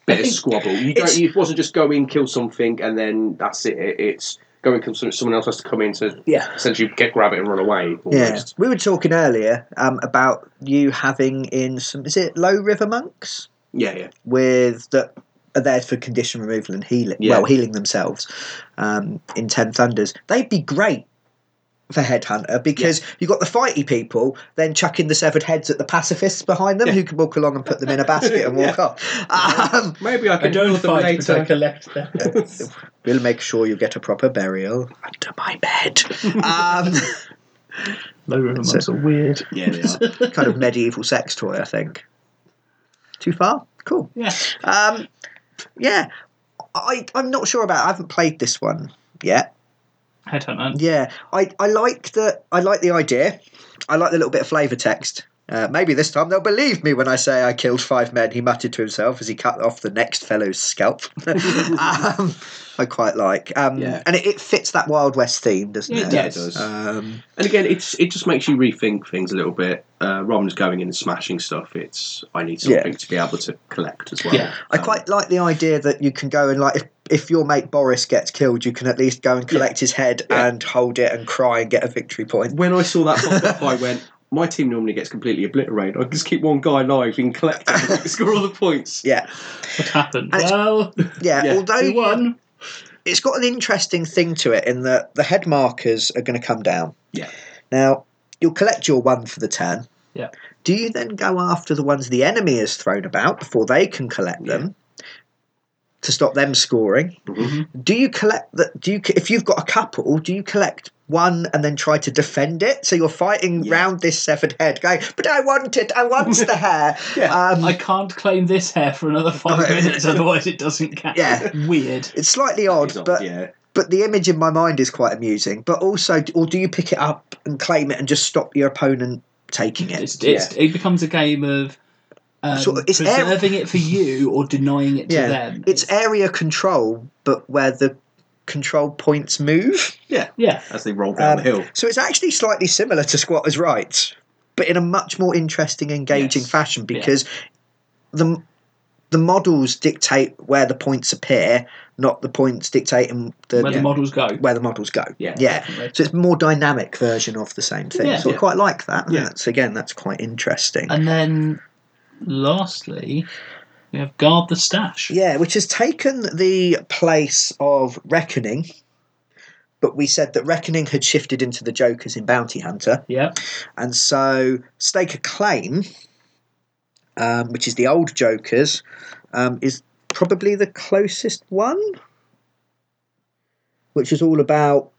B: bit of
C: think
B: squabble. You don't,
C: it's-
B: you- it wasn't just go in, kill something, and then that's it. It- It's go and kill something. Someone else has to come in to
C: yeah.
B: essentially get grab it and run away.
A: Yeah,
B: Almost.
A: we were talking earlier um, about you having in some. Is it Low River monks
B: Yeah, yeah.
A: with that are there for condition removal and healing?
B: Yeah.
A: Well, healing themselves um, in Ten Thunders. They'd be great for Headhunter because you've got the fighty people, then chucking the severed heads at the pacifists behind them,
B: Yeah.
A: who can walk along and put them in a basket and walk off. Um,
B: Maybe I
C: I
B: can
C: don't
B: do them
C: fight, but I
B: later.
C: collect them.
A: We'll make sure you get a proper burial under my bed. Um,
C: Low river
A: That's monks
C: are weird.
B: yeah, they are.
A: kind of medieval sex toy, I think. Too far? Cool.
C: Yeah.
A: Um, yeah, I, I'm not sure about. I haven't played this one yet.
C: Headhunter.
A: Yeah, I, I like the I like the idea. I like the little bit of flavour text. Uh, maybe this time they'll believe me when I say I killed five men. He muttered to himself as he cut off the next fellow's scalp. um, I quite like, um,
B: Yeah.
A: and it, it fits that Wild West theme, doesn't
C: It
A: it?
B: Yeah, it
C: Yes.
B: does.
A: Um,
B: and again, it's it just makes you rethink things a little bit. Uh, rather than just going in and smashing stuff, it's I need
A: Yeah.
B: something to be able to collect as well.
C: Yeah.
A: I
B: Um,
A: quite like the idea that you can go and like if, if your mate Boris gets killed, you can at least go and collect his head
B: Yeah.
A: and hold it and cry and get a victory point.
B: When I saw that pop up, I went. My team normally gets completely obliterated. I can just keep one guy alive, we can collect him, score all the points.
A: Yeah,
C: What happened?
A: And it's-
C: Well,
A: yeah.
B: Yeah.
A: Although
C: we won.
A: it's got an interesting thing to it in that the head markers are going to come down.
B: Yeah.
A: Now you'll collect your one for the turn.
C: Yeah.
A: Do you then go after the ones the enemy has thrown about before they can collect
B: Yeah.
A: them to stop them scoring?
B: Mm-hmm.
A: Do you collect that? Do you if you've got a couple? Do you collect one and then try to defend it? So you're fighting
B: Yeah.
A: round this severed head, going, "But I want it. I want the hair."
B: Yeah.
A: Um,
C: I can't claim this hair for another five
A: Okay.
C: minutes, otherwise it doesn't count.
A: Yeah.
C: Weird.
A: it's slightly odd,
B: It's not-
A: but
B: yeah,
A: but the image in my mind is quite amusing. But also, or do you pick it up and claim it and just stop your opponent taking it?
C: It's, it's, It becomes a game of um,
A: Sort of- it's air-
C: preserving it for you or denying it to
A: Yeah.
C: them.
A: It's area control, but where the control points move.
C: yeah.
B: as they roll down
A: Um,
B: the hill.
A: So it's actually slightly similar to Squatters' Rights, but in a much more interesting, engaging
B: Yes.
A: fashion because the the models dictate where the points appear, not the points dictating the
C: where
A: yeah,
C: the models go.
A: where the models go.
B: Yeah.
A: yeah.
C: Definitely.
A: So it's a more dynamic version of the same thing.
C: Yeah.
A: so I
B: Yeah.
A: quite like that.
B: Yeah.
A: That's again, that's quite interesting.
C: And then, lastly, we have guard the stash.
A: yeah, which has taken the place of Reckoning, but we said that Reckoning had shifted into the Jokers in Bounty Hunter.
C: Yeah.
A: And so Stake a Claim, um, which is the old Jokers, um, is probably the closest one, which is all about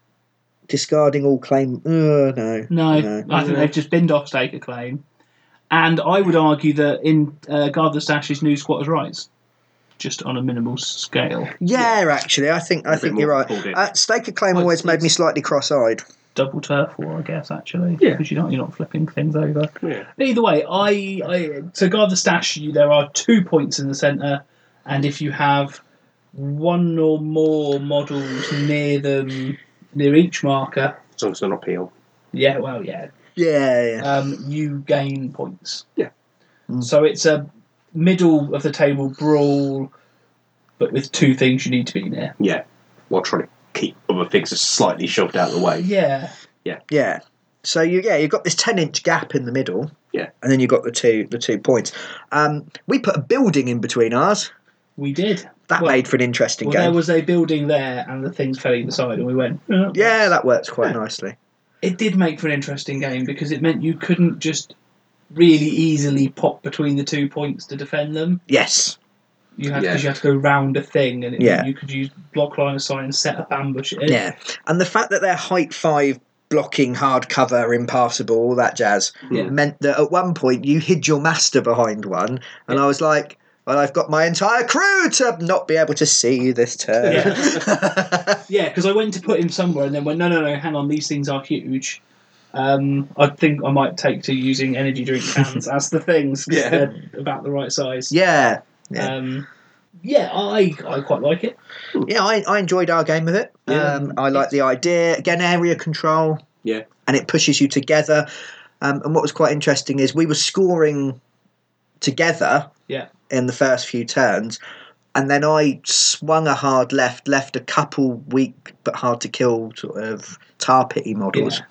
A: discarding all claim. Uh, no.
C: No,
A: No.
C: I think they've just binned off stake a claim. And I would argue that in uh, guard the stash is new squatters' rights, just on a minimal scale.
A: Yeah, actually, I think I
B: A bit
A: think
B: more
A: you're right.
B: pulled in.
A: Uh, Stake a Claim
B: Well,
A: always made
B: it's-
A: me slightly cross-eyed.
C: Double turf war, I guess, actually.
B: Yeah.
C: Because you're not, you're not flipping things over.
B: Yeah.
C: Either way, I, I to guard the stash, you, there are two points in the centre, and if you have one or more models near them, near each marker,
B: As long as they're not peel.
C: yeah, well, yeah,
A: Yeah, yeah.
C: um, you gain points.
B: Yeah.
A: Mm.
C: So it's a middle of the table brawl, but with two things you need to be near.
B: Yeah. While trying to keep other things just slightly shoved out of the way.
C: Yeah.
A: Yeah. So you yeah, you've got this ten inch gap in the middle.
B: Yeah.
A: And then you've got the two the two points. Um, we put a building in between ours.
C: We did.
A: That
C: Well-
A: made for an interesting
C: Well,
A: game.
C: there was a building there, and the things fell either side, and we went. "Oh."
A: Yeah, that works quite nicely.
C: It did make for an interesting game because it meant you couldn't just really easily pop between the two points to defend them.
A: Yes.
C: You had
B: Yeah.
C: because you had to go round a thing, and it,
A: Yeah.
C: you could use block line of sight and set up ambush. It,
A: Yeah. And the fact that they're height five blocking, hardcover, impassable, all that jazz
B: Yeah.
A: meant that at one point you hid your master behind one, and I was like, Well, I've got my entire crew to not be able to see this turn.
C: Yeah, because I went to put him somewhere and then went, no, no, no, hang on, these things are huge. Um, I think I might take to using energy drink cans as the things. 'cause
B: Yeah.
C: They're about the right size.
A: yeah. Yeah.
C: Um, yeah, I, I quite like it.
A: Yeah, I, I enjoyed our game of it.
B: Yeah.
A: Um, I like the idea. Again, area control.
B: Yeah.
A: And it pushes you together. Um, and what was quite interesting is we were scoring together
C: Yeah.
A: in the first few turns. And then I swung a hard left, left a couple weak but hard to kill sort of tar pity models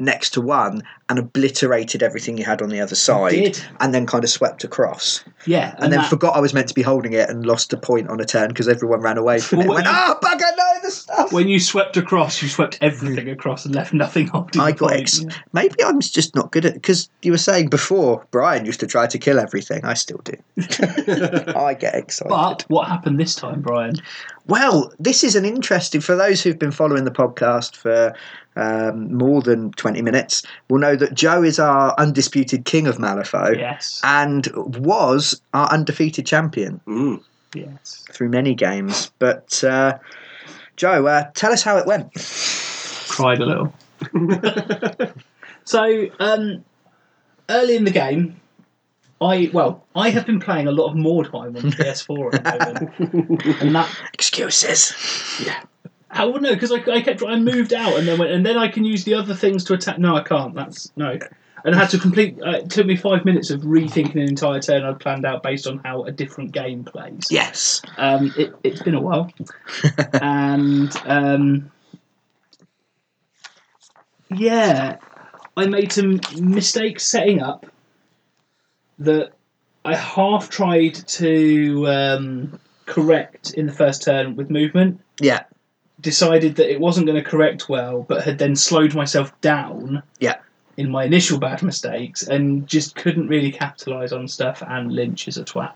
A: next to one and obliterated everything you had on the other side.
C: Did.
A: And then kind of swept across
C: Yeah.
A: and, then
C: that-
A: forgot I was meant to be holding it and lost a point on a turn because everyone ran away from it. and
C: Well,
A: Went, ah, bugger, no, the stuff.
C: when you swept across, you swept everything across and left nothing holding.
A: I
C: the
A: got
C: point.
A: ex- maybe I'm just not good at because you were saying before Brian used to try to kill everything. I still do. I get excited.
C: But what happened this time, Brian?
A: Well, this is an interesting. For those who've been following the podcast for um, more than twenty minutes, will know that Joe is our undisputed king of Malifaux
C: Yes.
A: and was our undefeated champion.
B: Mm.
C: Yes.
A: through many games. But uh, Joe, uh, tell us how it went.
C: cried a little. so um, early in the game, I well, I have been playing a lot of Mordheim on PS4 at the moment, and that
A: Excuses.
C: I wouldn't know because I, I kept I moved out and then went and then I can use the other things to attack. No, I can't. That's no. And I had to complete. Uh, it took me five minutes of rethinking an entire turn I'd planned out based on how a different game plays.
A: Yes.
C: Um, it, it's been a while, and um, yeah, I made some mistakes setting up that I half tried to um, correct in the first turn with movement.
A: Yeah.
C: Decided that it wasn't going to correct well, but had then slowed myself down.
A: Yeah.
C: In my initial bad mistakes, and just couldn't really capitalise on stuff. And Lynch is a twat.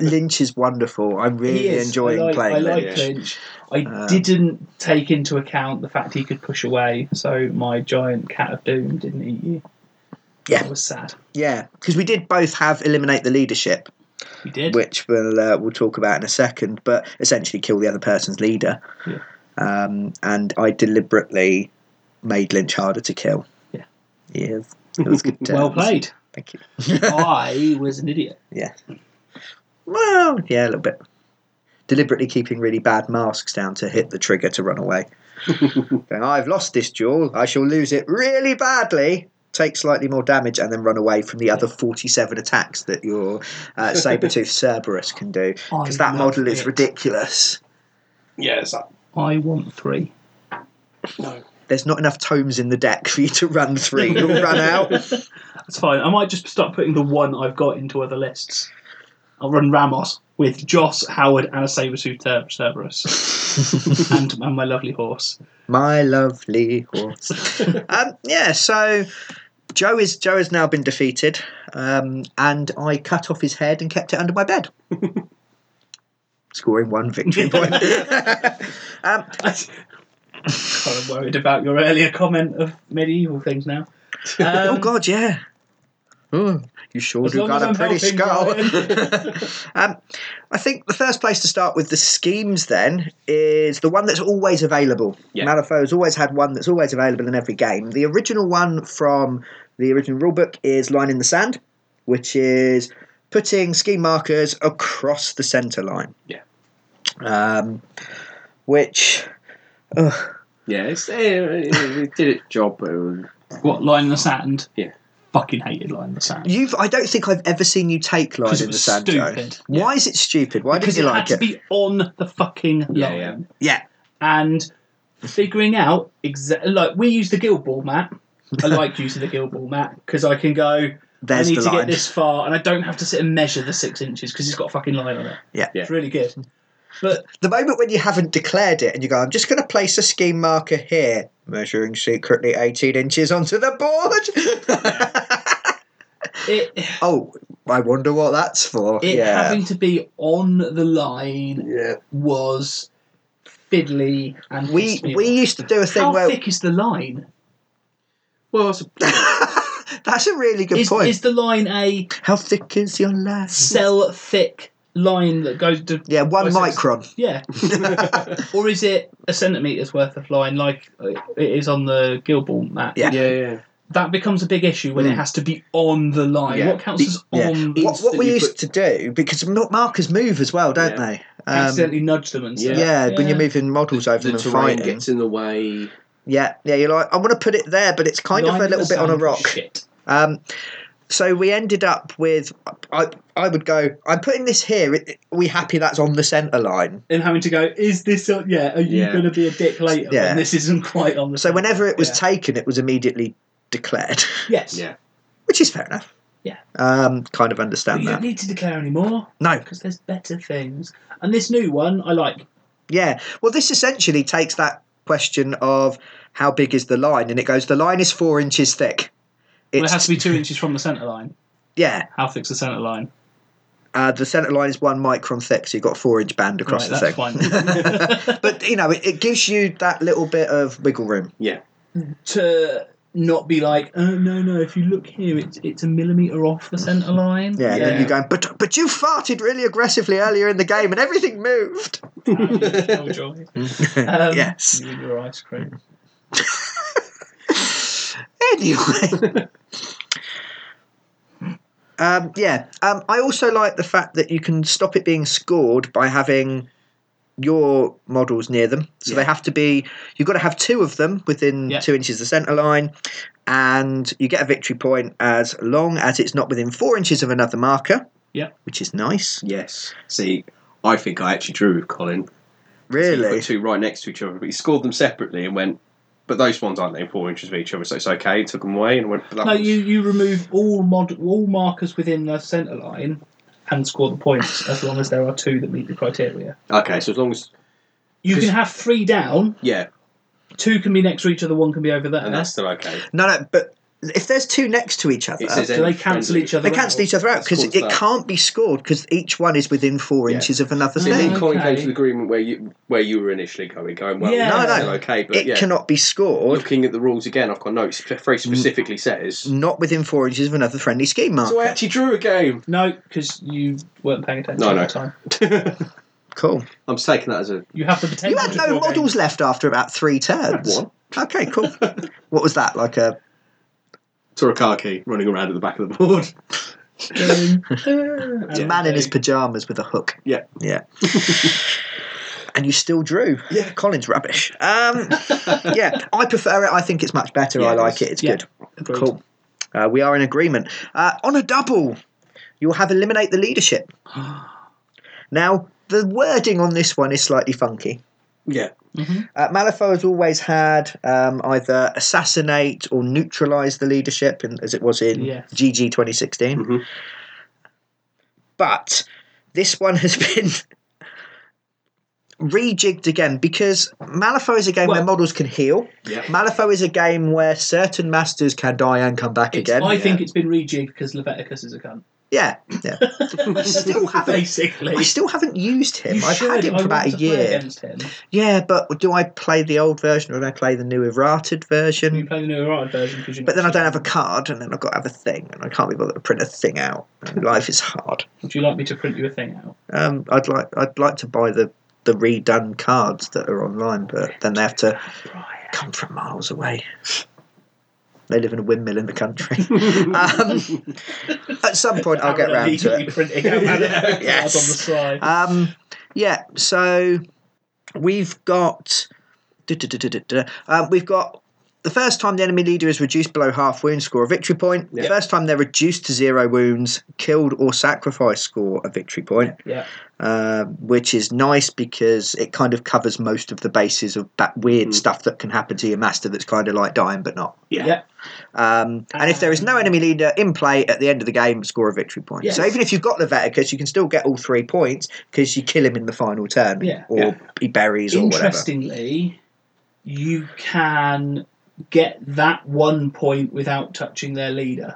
A: Lynch is wonderful. I'm really
C: He is.
A: enjoying
C: I like,
A: playing
C: I like
A: Lynch.
C: Lynch. I
A: Um,
C: didn't take into account the fact he could push away, so my giant cat of doom didn't eat you.
A: Yeah.
C: That was sad.
A: Yeah, because we did both have eliminate the leadership,
C: He did.
A: which we'll uh, we'll talk about in a second. But essentially, kill the other person's leader.
C: Yeah.
A: Um, and I deliberately made Lynch harder to kill.
C: Yeah.
A: Yes. It was good.
C: well
A: turns.
C: played.
A: Thank you.
C: I was an idiot.
A: Well, yeah, a little bit. Deliberately keeping really bad masks down to hit the trigger to run away. Going, I've lost this duel. I shall lose it really badly. Take slightly more damage and then run away from the other 47 attacks that your uh, Sabretooth Cerberus can do. Because
C: I
A: that
C: love
A: model is
C: it.
A: ridiculous.
B: Yeah, it's that.
C: I want three.
B: No.
A: There's not enough tomes in the deck for you to run three. You'll run out.
C: That's fine. I might just start putting the one I've got into other lists. I'll run Ramos with Joss, Howard, and a Sabretooth Cer- Cerberus. and, and my lovely horse.
A: My lovely horse. um, yeah, so Joe is Joe has now been defeated, um, and I cut off his head and kept it under my bed, scoring one victory point. um,
C: I'm kind of worried about your earlier comment of medieval things now.
A: oh
C: Um,
A: God, yeah. Oh, you sure
C: As
A: do
C: long
A: got
C: as
A: a
C: I'm
A: pretty skull.
C: helping,
A: um, I think the first place to start with the schemes then is the one that's always available.
B: Yeah.
A: Malifaux's always had one that's always available in every game. The original one from the original rulebook is Line in the Sand, which is putting scheme markers across the centre line.
B: Yeah.
A: Um, which. ugh,
B: Yeah, it's, eh, it, it did its job, but um, it was,
C: What line in the sand?
B: Yeah.
C: Fucking hated line in the sand.
A: you've, I don't think I've ever seen you take Line
C: Because
A: in
C: it
A: the
C: was
A: Sand, Joe.
C: stupid.
A: Why is it stupid? Why
C: Because
A: did
C: it
A: you
C: had
A: like
C: to
A: it?
C: be on the fucking line.
B: Yeah, yeah.
A: Yeah.
C: And figuring out exactly like we use the guild ball map. I like using the guild ball map because I can go.
A: There's
C: I need
A: the
C: to
A: line.
C: get this far, and I don't have to sit and measure the six inches because it's got a fucking line on it.
A: Yeah.
B: Yeah.
C: it's really good. But
A: the moment when you haven't declared it and you go, I'm just going to place a scheme marker here, measuring secretly 18 inches onto the board.
C: it
A: oh, I wonder what that's for.
C: it
A: yeah.
C: having to be on the line
B: yeah.
C: was fiddly and
A: we
C: pissed me
A: we
C: off.
A: used to do a thing
C: how
A: where
C: thick is the line?
B: Well, it's a,
A: That's a really good
C: Is,
A: point.
C: is the line a
A: How thick is your last?
C: cell thick line that goes to
A: yeah, one
C: Oh, it's-
A: micron.
C: yeah, or is it a centimetre's worth of line like uh, it is on the Gilball map?
A: Yeah.
B: yeah, yeah.
C: that becomes a big issue when
A: Mm.
C: it has to be on the line.
B: Yeah.
C: What counts as
A: Yeah.
C: on?
A: What, what we
B: you
A: used to do because m- markers move as well, don't
B: Yeah.
A: they? Um,
C: accidentally nudge them and
A: yeah,
C: stuff.
A: when you're moving models over
B: The
A: them and
B: terrain
A: fighting.
B: gets in the way.
A: Yeah, yeah, you're like, I want to put it there, but it's kind
C: Line
A: of a
C: with
A: little
C: the
A: bit on a
C: sand.
A: rock.
C: Shit.
A: Um, so we ended up with I I would go. I'm putting this here. It- Are we happy that's on the centre line?
C: And having to go, is this? On, yeah, are you
B: Yeah.
C: going to be a dick later?
A: Yeah.
C: when this isn't quite on the.
A: So
C: sand?
A: whenever it was
C: Yeah.
A: taken, it was immediately declared,
C: yes,
B: Yeah.
A: which is fair enough.
C: Yeah.
A: Um, kind of
C: but
A: understand
C: you don't
A: that.
C: need to declare anymore
A: No,
C: because there's better things. And this new one, I like.
A: yeah. Well, this essentially takes that question of how big is the line, and it goes. The line is four inches thick.
C: Well, it has to be two inches from the centre line.
A: yeah.
C: How thick's the centre line?
A: Uh, the centre line is one micron thick, so you've got a four inch band across the
C: right,
A: thing.
C: that's fine.
A: But you know, it, it gives you that little bit of wiggle room.
B: Yeah.
C: to not be like, oh no, no. If you look here, it's it's a millimeter off the centre line.
A: Yeah, and then
B: Yeah.
A: you go, but but you farted really aggressively earlier in the game, and everything moved.
C: Oh, joy. Um,
A: Yes.
C: you and your ice cream.
A: Anyway. um, yeah. Um, I also like the fact that you can stop it being scored by having your models near them. So they have to be, you've got to have two of them within
C: Yeah.
A: two inches of the centre line. And you get a victory point as long as it's not within four inches of another marker.
C: Yeah.
A: Which is nice.
B: Yes. See, I think I actually drew with Colin. So he
A: Really.
B: put two right next to each other, but he scored them separately and went. But those ones aren't they four inches of each other, so it's okay. Took them away and went. But that
C: No,
B: one's-
C: you you remove all mod all markers within the centre line and score the points as long as there are two that meet the criteria.
B: Okay, so as long as
C: You can
B: Because-
C: have three down.
B: yeah,
C: Two can be next to each other. One can be over there.
B: and that's still okay.
A: No, no, but if there's two next to each other,
B: It says
C: Do they cancel each other?
A: They cancel
C: out?
A: each other out
B: It's
A: because
B: called
A: it
B: that.
A: can't be scored because each one is within four
B: Yeah.
A: inches of another
B: So me
A: thing.
B: and Colin came
C: Okay.
B: to the agreement where you where you were initially going, going well,
C: Yeah.
B: yeah,
A: No, no.
B: still okay, but
A: It
B: yeah.
A: cannot be scored
B: Looking at the rules again, I've got notes.
C: Mm.
B: Very specifically says.
A: not within four inches of another friendly scheme marker.
B: So uh, I actually drew a game.
C: No, because you weren't paying attention
B: No,
C: at
B: no.
C: the time.
A: cool.
B: I'm just taking that as a
C: You have the potential.
A: You had
C: to
A: no
C: draw games.
A: models left after about three turns.
B: one.
A: Okay, cool. what was that like? A
B: Torakaki running around at the back of the board.
A: a man in his pajamas with a hook.
B: Yeah.
A: Yeah. and you still drew.
B: Yeah.
A: Colin's rubbish. Um, yeah, I prefer it. I think it's much better.
B: Yeah,
A: I like it.
B: it's-
A: It's
C: yeah.
A: good. Cool. Uh, we are in agreement. Uh, on a double, you'll have eliminate the leadership. Now, the wording on this one is slightly funky.
B: Yeah.
A: Uh, Malifaux has always had um, either assassinate or neutralize the leadership, and as it was in
C: Yes.
A: GG 2016.
B: Mhm.
A: But this one has been rejigged again because Malifaux is a game where
C: Well-
A: models can heal.
B: Yeah.
A: Malifaux is a game where certain masters can die and come back
C: It's-
A: again.
C: I
B: yeah.
C: think it's been rejigged because Leviticus is a cunt.
A: Yeah, yeah. I still haven't.
C: Basically.
A: I still haven't used him. I've had him for about a year.
C: Against him.
A: Yeah, but do I play the old version or do I play the new errated version?
C: You play the new errata version because you.
A: But then I don't have a card, and then I've got to have a thing, and I can't be bothered to print a thing out. And life is hard.
C: Would you like me to print you a thing out?
A: Um, I'd like I'd like to buy the the redone cards that are online, but then they have to
C: Brian.
A: come from miles away. They live in a windmill in the country. um, at some point, I'll get round to it.
C: Printing out yeah.
A: Yes.
C: on the side.
A: Um, yeah, so we've got um, we've got the first time the enemy leader is reduced below half wounds, score a victory point. The
B: Yeah.
A: first time they're reduced to zero wounds, killed or sacrificed, score a victory point,
C: yeah.
A: uh, which is nice because it kind of covers most of the bases of that weird stuff that can happen to your master that's kind of like dying but not.
B: Yeah.
C: Yeah.
A: Um, and if there is no enemy leader in play at the end of the game, score a victory point.
C: Ah. Yes.
A: So even if you've got Leviticus, you can still get all three points because you kill him in the final turn,
C: Yeah.
A: or
B: Yeah.
A: he buries or whatever.
C: Interestingly, you can get that one point without touching their leader.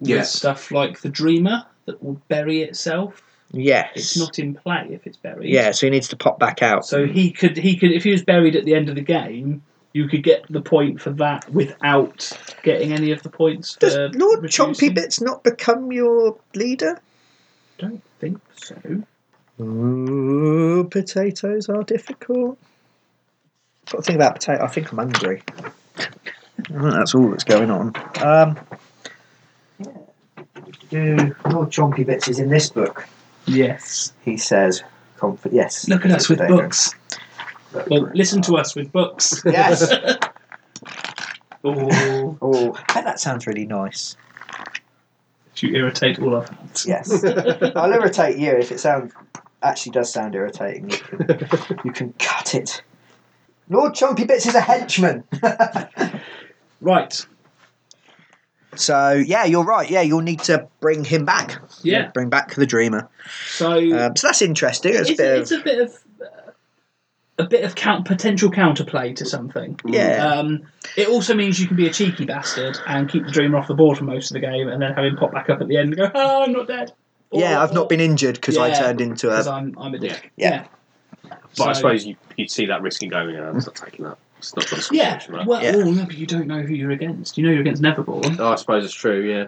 B: Yeah.
C: With stuff like the Dreamer that will bury itself.
A: Yes.
C: It's not in play if it's buried.
A: Yeah, so he needs to pop back out.
C: So he could he could if he was buried at the end of the game, you could get the point for that without getting any of the points.
A: Does
C: for
A: Lord
C: uh, reducing.
A: Chompy Bits not become your leader?
C: Don't think so.
A: Ooh, potatoes are difficult. Got to think about potato. I think I'm hungry. I think that's all that's going on. Um, do Lord Chompy Bits is in this book?
C: Yes.
A: He says, "Conf- "Yes."
C: Look at us with
A: Potato.
C: books. Well, listen to us with books.
A: Yes.
C: oh,
A: Oh, that sounds really nice.
C: you irritate all of us.
A: Yes. I'll irritate you if it sounds actually does sound irritating. You can, you can cut it. Lord Chompy Bits is a henchman.
C: Right.
A: so yeah, you're right. Yeah, you'll need to bring him back.
C: Yeah.
A: bring back the Dreamer.
C: So
A: Um, so that's interesting. That's
C: it's,
A: a bit
C: it's
A: of,
C: a bit of uh, a bit of count potential counterplay to something.
A: yeah.
C: Um, it also means you can be a cheeky bastard and keep the dreamer off the board for most of the game, and then have him pop back up at the end and go, "Oh, I'm not dead." Or-
A: yeah, I've not been injured because I
C: Yeah,
A: turned into
C: because
A: a.
C: I'm, I'm a dick.
A: Yeah.
B: But I
C: So-
B: suppose you, you'd see that risking going, and that's not taking that. It's not got a
C: Yeah.
B: subscription, right?
C: Well,
A: Yeah.
C: oh, no, but you don't know who you're against. You know you're against Neverborn.
B: Oh, I suppose it's true, yeah.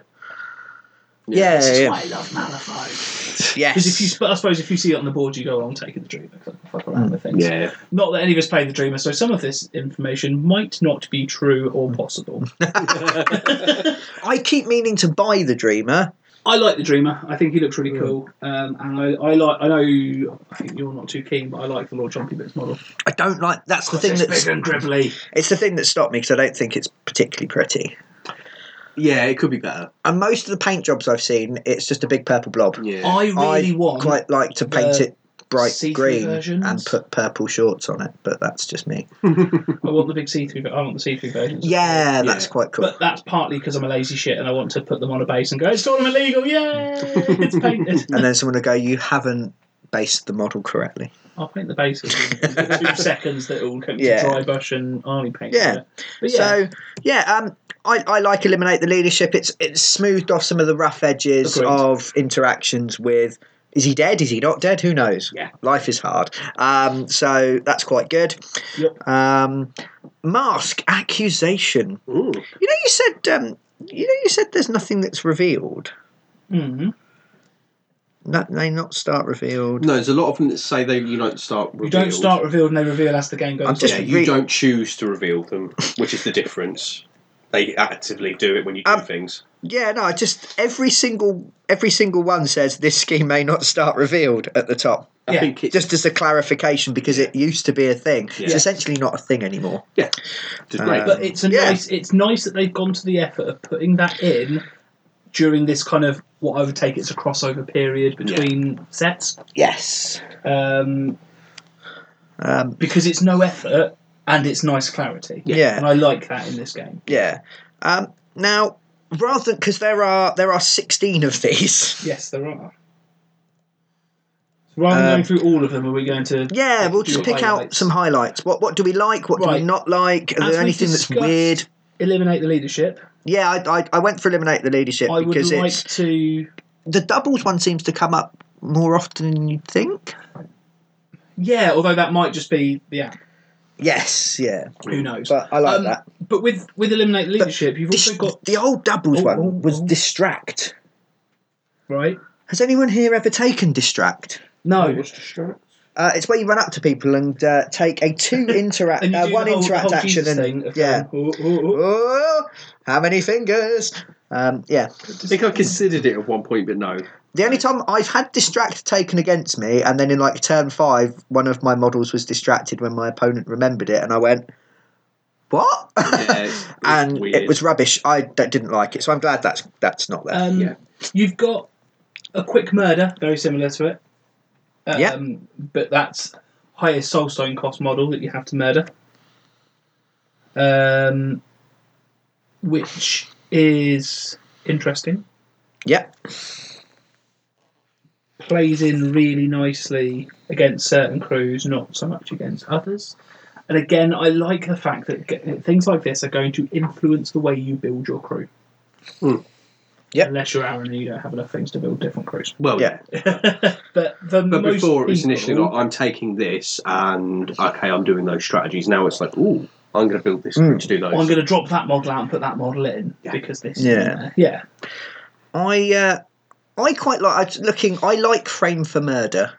A: Yeah,
C: That's
A: yeah.
C: why I love Malifaux. Because if you,
A: Yes.
C: sp- I suppose if you see it on the board, you go, "Oh, "I'm taking the dreamer." 'cause I can fuck around
A: Mm.
C: with things.
B: Yeah.
C: Not that any of us play the dreamer, so some of this information might not be true or possible.
A: I keep meaning to buy the Dreamer.
C: I like the Dreamer. I think he looks
A: Mm.
C: really cool, um, and I, I like. I know. I think you're not too keen, but I like the Lord Chompy Bits model.
A: I don't like. That's the thing
C: It's
A: that's.
C: big and gribbly.
A: It's the thing that stopped me because I don't think it's particularly pretty.
B: Yeah, it could be better.
A: And most of the paint jobs I've seen, it's just a big purple blob.
B: Yeah.
C: I really
A: I
C: want.
A: quite like to paint
C: the
A: it bright
C: see-through
A: green
C: versions.
A: and put purple shorts on it, but that's just me.
C: I want the big see-through. but I want the see-through version.
A: Yeah, that's
B: Yeah.
A: quite cool.
C: But that's partly because I'm a lazy shit and I want to put them on a base and go, it's tournament legal, yay! It's painted.
A: and then someone will go, "You haven't based the model correctly."
C: I'll paint the bases in the two seconds that it all comes
A: Yeah.
C: to dry brush and army paint.
A: Yeah.
C: But yeah,
A: So yeah, um, I, I like eliminate the leadership. It's it's smoothed off some of the rough edges
C: Agreed.
A: of interactions with. Is he dead? Is he not dead? Who knows?
C: Yeah.
A: life is hard. Um, so that's quite good.
C: Yep.
A: Um, mask accusation.
B: Ooh.
A: You know, you said um, you know you said there's nothing that's revealed.
C: Mhm.
A: No, they not start revealed.
B: No, there's a lot of them that say they you don't start.
C: you don't
B: revealed.
C: start revealed and they reveal as the game goes
A: I'm
C: on.
A: just-
B: Yeah, you
A: re-
B: don't choose to reveal them, which is the difference. They actively do it when you do
A: Um,
B: things.
A: Yeah, no, I just every single every single one says this scheme may not start revealed at the top.
B: I
C: yeah.
B: think it's just,
A: Just as a clarification, because it used to be a thing. It's
B: Yeah.
A: essentially not a thing anymore.
B: great.
A: uh,
C: But it's a
A: Yeah.
C: nice. It's nice that they've gone to the effort of putting that in during this kind of what I would take it's a crossover period between sets,
A: Yes.
C: um,
A: Um,
C: because it's no effort and it's nice clarity.
A: yeah.
C: and
A: Yeah.
C: I like that in this game.
A: Um, now, rather than because there are there are sixteen of these.
C: Yes, there are. So rather than
A: Um,
C: going through all of them, are we going to?
A: Yeah, we'll just
C: Do
A: pick out
C: highlights.
A: some highlights. What what do we like? What do
C: Right.
A: we not like? Is
C: As
A: there
C: we
A: anything that's
C: discussed-
A: weird?
C: Eliminate the leadership.
A: Yeah, I, I I went for eliminate the leadership
C: I would
A: because
C: like
A: it's
C: to.
A: the doubles one seems to come up more often than you'd think.
C: Yeah, although that might just be the app.
A: Yes, yeah,
C: Who
A: Mm.
C: knows?
A: but I like
C: Um,
A: that.
C: But with with eliminate the leadership, you've also
A: Dis-
C: got
A: the old doubles
C: Oh,
A: one
C: oh,
A: was
C: oh.
A: distract.
C: right.
A: Has anyone here ever taken distract?
C: No,
A: Uh, it's where you run up to people and uh, take a two interact,
C: And you
A: uh,
C: do
A: one
C: the whole- the
A: interact
C: whole
A: action,
C: Jesus
A: and
C: thing of
A: yeah.
C: going, "Oh, oh, oh."
A: Oh, how many fingers? Um, yeah.
B: I think I considered it at one point, but no.
A: The only time I've had distract taken against me, and then in like turn five, one of my models was distracted when my opponent remembered it, and I went, "What?"
B: Yeah, it's- it's
A: and it
B: weird.
A: was rubbish. I d- didn't like it, so I'm glad that's that's not there.
C: Um,
B: Yeah.
C: You've got a quick murder, very similar to it. Um,
A: Yeah.
C: But that's highest soulstone cost model that you have to murder. Um, which is interesting.
A: yeah.
C: Plays in really nicely against certain crews, not so much against others. And again, I like the fact that g- things like this are going to influence the way you build your crew.
B: Hmm.
A: Yep.
C: Unless you're Aaron and you don't have enough things to build different crews.
B: Well,
A: Yeah.
C: but for
B: But
C: most
B: before it was initially
C: people-
B: like, I'm taking this and okay, I'm doing those strategies. Now it's like, ooh, I'm going to build this
A: Mm.
B: to do those.
C: Or I'm going to drop that model out and put that model in because this. is in
A: Yeah.
C: there. yeah.
A: I uh, I quite like I was looking. I like Frame for Murder.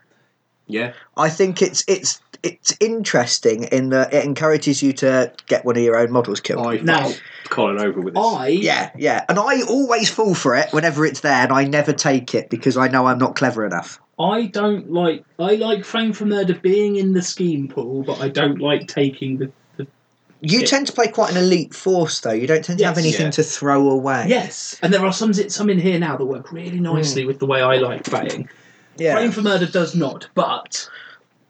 B: yeah,
A: I think it's it's it's interesting in that it encourages you to get one of your own models killed.
B: I
C: Now-
B: now Colin over with this.
C: I
A: yeah, yeah, and I always fall for it whenever it's there, and I never take it because I know I'm not clever enough.
C: I don't like. I like Frame for Murder being in the scheme pool, but I don't like taking the. the
A: You
C: Yeah.
A: tend to play quite an elite force, though. You don't tend to have
C: Yes.
A: anything
B: Yeah.
A: to throw away.
C: yes, and there are some some in here now that work really nicely with the way I like playing.
A: Hmm. yeah.
C: Frame for Murder does not, but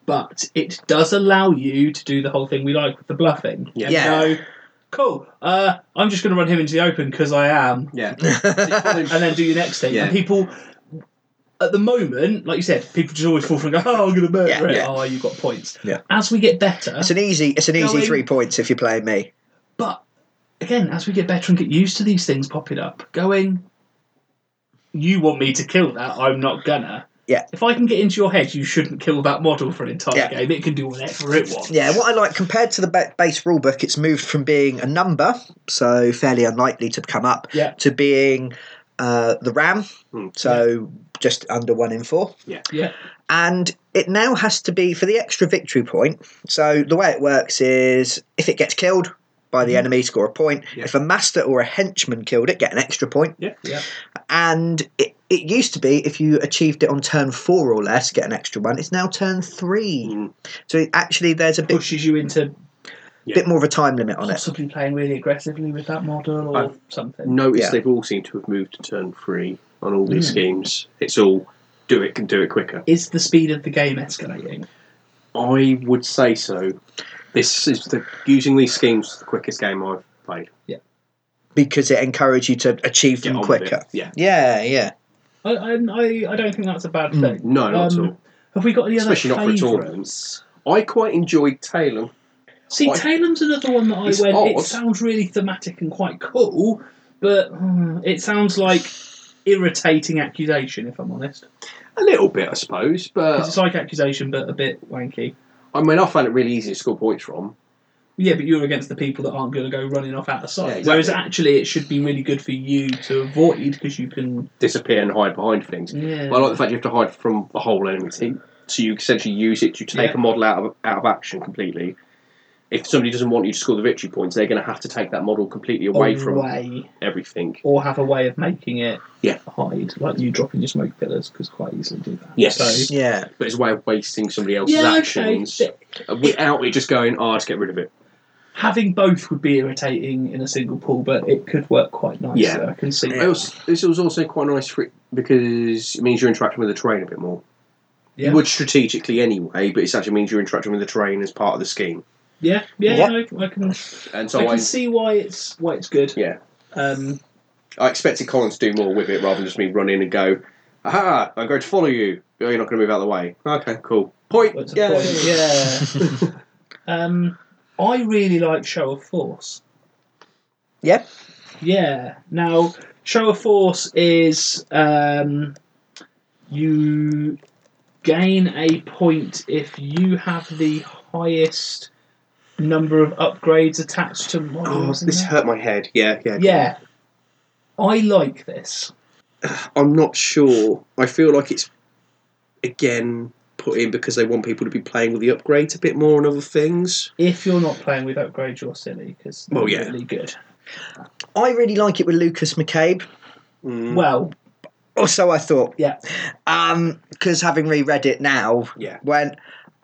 C: but it does allow you to do the whole thing we like with the bluffing.
B: Yeah.
A: Yeah.
C: So, cool. Uh, I'm just going to run him into the open because I am,
B: yeah,
C: and then do your next thing.
B: Yeah.
C: And people. At the moment, like you said, people just always fall for and go, "Oh, I'm going to murder
A: Yeah,
C: it."
A: yeah.
C: Oh, you got points.
A: Yeah.
C: As we get better,
A: It's an easy, it's an easy
C: Going-
A: three points if you play me.
C: But again, as we get better and get used to these things popping up, going, you want me to kill that? I'm not gonna.
A: Yeah.
C: If I can get into your head, you shouldn't kill that model for an entire
A: Yeah.
C: game. It can do whatever it wants.
A: Yeah, what I like compared to the ba- base rule book, it's moved from being a number, so fairly unlikely to come up,
C: Yeah.
A: to being uh, the RAM,
B: Hmm.
A: so just under one in four.
C: Yeah.
A: And it now has to be for the extra victory point. So the way it works is if it gets killed by the enemy, score a point.
B: Mm-hmm. Yeah.
A: If a master or a henchman killed it, get an extra point.
B: yeah,
C: Yeah.
A: And it, it used to be if you achieved it on turn four or less, get an extra one. It's now turn three.
B: Mm.
A: So it, actually, there's a bit,
C: Pushes you into
A: bit more of a time limit on it.
C: possibly playing really aggressively with that model or
B: I've-
C: something.
B: Notice
A: Yeah.
B: they've all seemed to have moved to turn three on all these schemes. It's all do it can do it quicker.
C: Is the speed of the game escalating?
B: I would say so. This is the using these schemes is the quickest game I've played.
A: because it encouraged you to achieve
B: Get
A: them
B: on with it.
A: quicker.
B: Yeah.
A: Yeah, yeah.
C: I, I, I- I don't think that's a bad
A: Mm.
C: thing.
B: No, not at
C: Um,
B: all.
C: Have we got any other
B: Especially not for a tournament.
C: favourites?
B: I quite enjoyed Talon.
C: See,
B: Quite-
C: Talon's another one that I
B: It's
C: went. It
B: odd.
C: sounds really thematic and quite cool, but hmm, it sounds like irritating accusation. If I'm honest,
B: A little bit, I suppose,
C: 'Cause
B: but
C: it's like accusation, but a bit wanky.
B: I mean, I found it really easy to score points from.
C: Yeah, but you're against the people that aren't going to go running off out of sight.
B: Yeah, exactly.
C: Whereas actually, it should be really good for you to avoid because you can.
B: Disappear and hide behind things.
C: Yeah.
B: I like the fact you have to hide from the whole enemy team. So you essentially use it to take a
C: Yeah.
B: model out of out of action completely. If somebody doesn't want you to score the victory points, they're going to have to take that model completely away from
C: Away,
B: everything.
C: or have a way of making it
B: Yeah.
C: hide, like you dropping your smoke pillars because quite easily do that.
B: Yes.
C: So,
A: Yeah.
B: But it's a way of wasting somebody else's
C: yeah, okay.
B: actions without it just going, "Oh, to get rid of it."
C: having both would be irritating in a single pool, but it could work quite nicely.
B: Yeah.
C: I can see.
A: Yeah.
B: I also- this was also quite nice for it because it means you're interacting with the terrain a bit more.
C: Yeah.
B: You would strategically anyway, but it actually means you're interacting with the terrain as part of the scheme.
C: Yeah, yeah,
A: Yeah.
C: no, I can,
B: And so I,
C: I can see why it's why it's good.
B: Yeah.
C: Um,
B: I expected Colin to do more with it rather than just me run in and go, aha, I'm going to follow you. Oh, you're not going to move out of the way. Okay, cool. Point.
C: what's the
B: Yeah.
C: point? Yeah. um, I really like Show of Force.
A: Yeah.
C: Yeah. Now, Show of Force is um, you gain a point if you have the highest number of upgrades attached to
B: Oh,
C: models.
B: this
C: in
B: hurt my head. Yeah, yeah.
C: there. yeah. I like this.
B: I'm not sure. I feel like it's, again, put in because they want people to be playing with the upgrades a bit more and other things.
C: If you're not playing with upgrades, you're silly because
B: Well, yeah.
C: really good.
A: I really like it with Lucas McCabe.
B: Mm.
C: Well,
A: Also, I thought,
C: yeah,
A: um, because having reread it now,
B: Yeah.
A: when,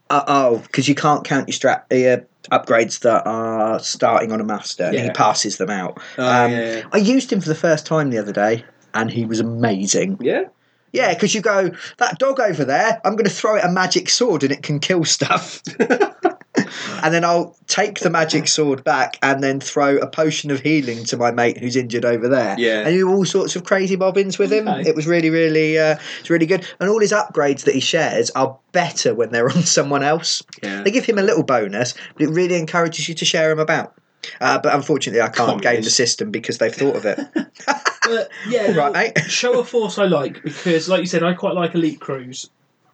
A: uh oh, because you can't count your strat uh, upgrades that are starting on a master, and he
C: Yeah.
A: passes them out.
B: Uh,
A: Um,
B: yeah.
A: I used him for the first time the other day. And he was amazing.
B: yeah.
A: Yeah, because you go, that dog over there, I'm going to throw it a magic sword and it can kill stuff. and then I'll take the magic sword back and then throw a potion of healing to my mate who's injured over there.
B: Yeah.
A: And you do all sorts of crazy bobbins with him.
C: Okay.
A: It was really, really, uh, it's really good. And all his upgrades that he shares are better when they're on someone else.
B: Yeah.
A: They give him a little bonus, but it really encourages you to share him about. Uh, but unfortunately, I can't game the
B: Communist.
A: system because they've thought of it.
C: but yeah,
A: all right, mate.
C: show of force I like because, like you said, I quite like elite crews.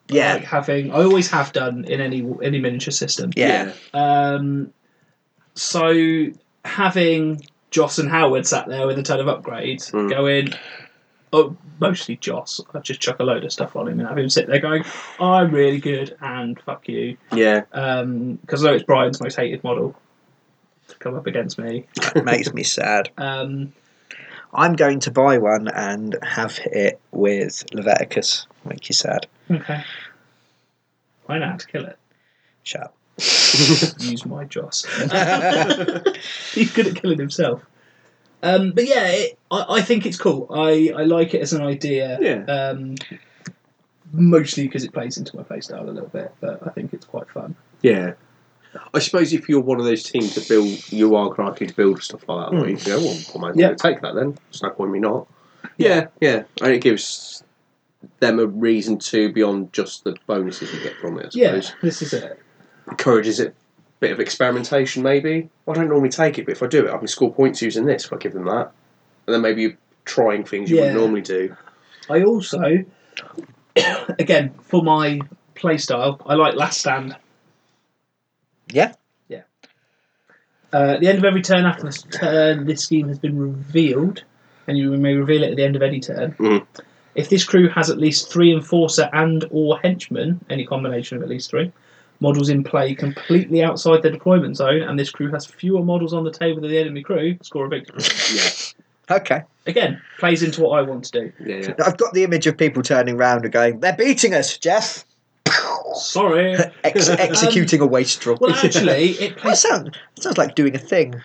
C: I like
A: Yeah.
C: having I always have done in any any miniature system.
A: Yeah.
C: Um, So having Joss and Howard sat there with a ton of upgrades,
B: Mm.
C: going, oh, mostly Joss. I just chuck a load of stuff on him and have him sit there going, "I'm really good," and "Fuck you,"
B: Yeah,
C: because I know Um, it's Brian's most hated model to come up against me.
A: That makes me sad.
C: Um,
A: I'm going to buy one and have it with Leviticus. Make you sad.
C: okay, I know how to kill it.
A: Shut up.
C: use my Joss. He's good at killing himself. Um, but yeah, it, I, I think it's cool. I, I like it as an idea.
B: Yeah.
C: Um, mostly because it plays into my playstyle a little bit, but I think it's quite fun.
B: yeah. I suppose if you're one of those teams that build, you are likely to build stuff like that. Mm. You go, well, I might as well
C: Hmm. Yeah.
B: take that then. There's no point in me not. Yeah, yeah. And it gives them a reason to beyond just the bonuses you get from it. I
C: Yeah,
B: suppose.
C: this is it.
B: encourages it. Bit of experimentation, maybe. I don't normally take it, but if I do it, I can score points using this. If I give them that, and then maybe you're trying things you
C: Yeah.
B: wouldn't normally do.
C: I also, again, for my playstyle, I like Last Stand.
A: Yeah.
C: Uh, at the end of every turn after this turn, this scheme has been revealed, and you may reveal it at the end of any turn.
B: Mhm.
C: If this crew has at least three enforcer and or henchmen, any combination of at least three, models in play completely outside their deployment zone, and this crew has fewer models on the table than the enemy crew, score a victory.
B: Yeah,
A: Okay.
C: Again, plays into what I want to do.
B: yeah, yeah.
A: I've got the image of people turning round and going, they're beating us, Jeff.
C: Sorry.
A: Ex- executing a wastrel.
C: Well, actually, it
A: that,
C: plays.
A: sound, that sounds like doing a thing.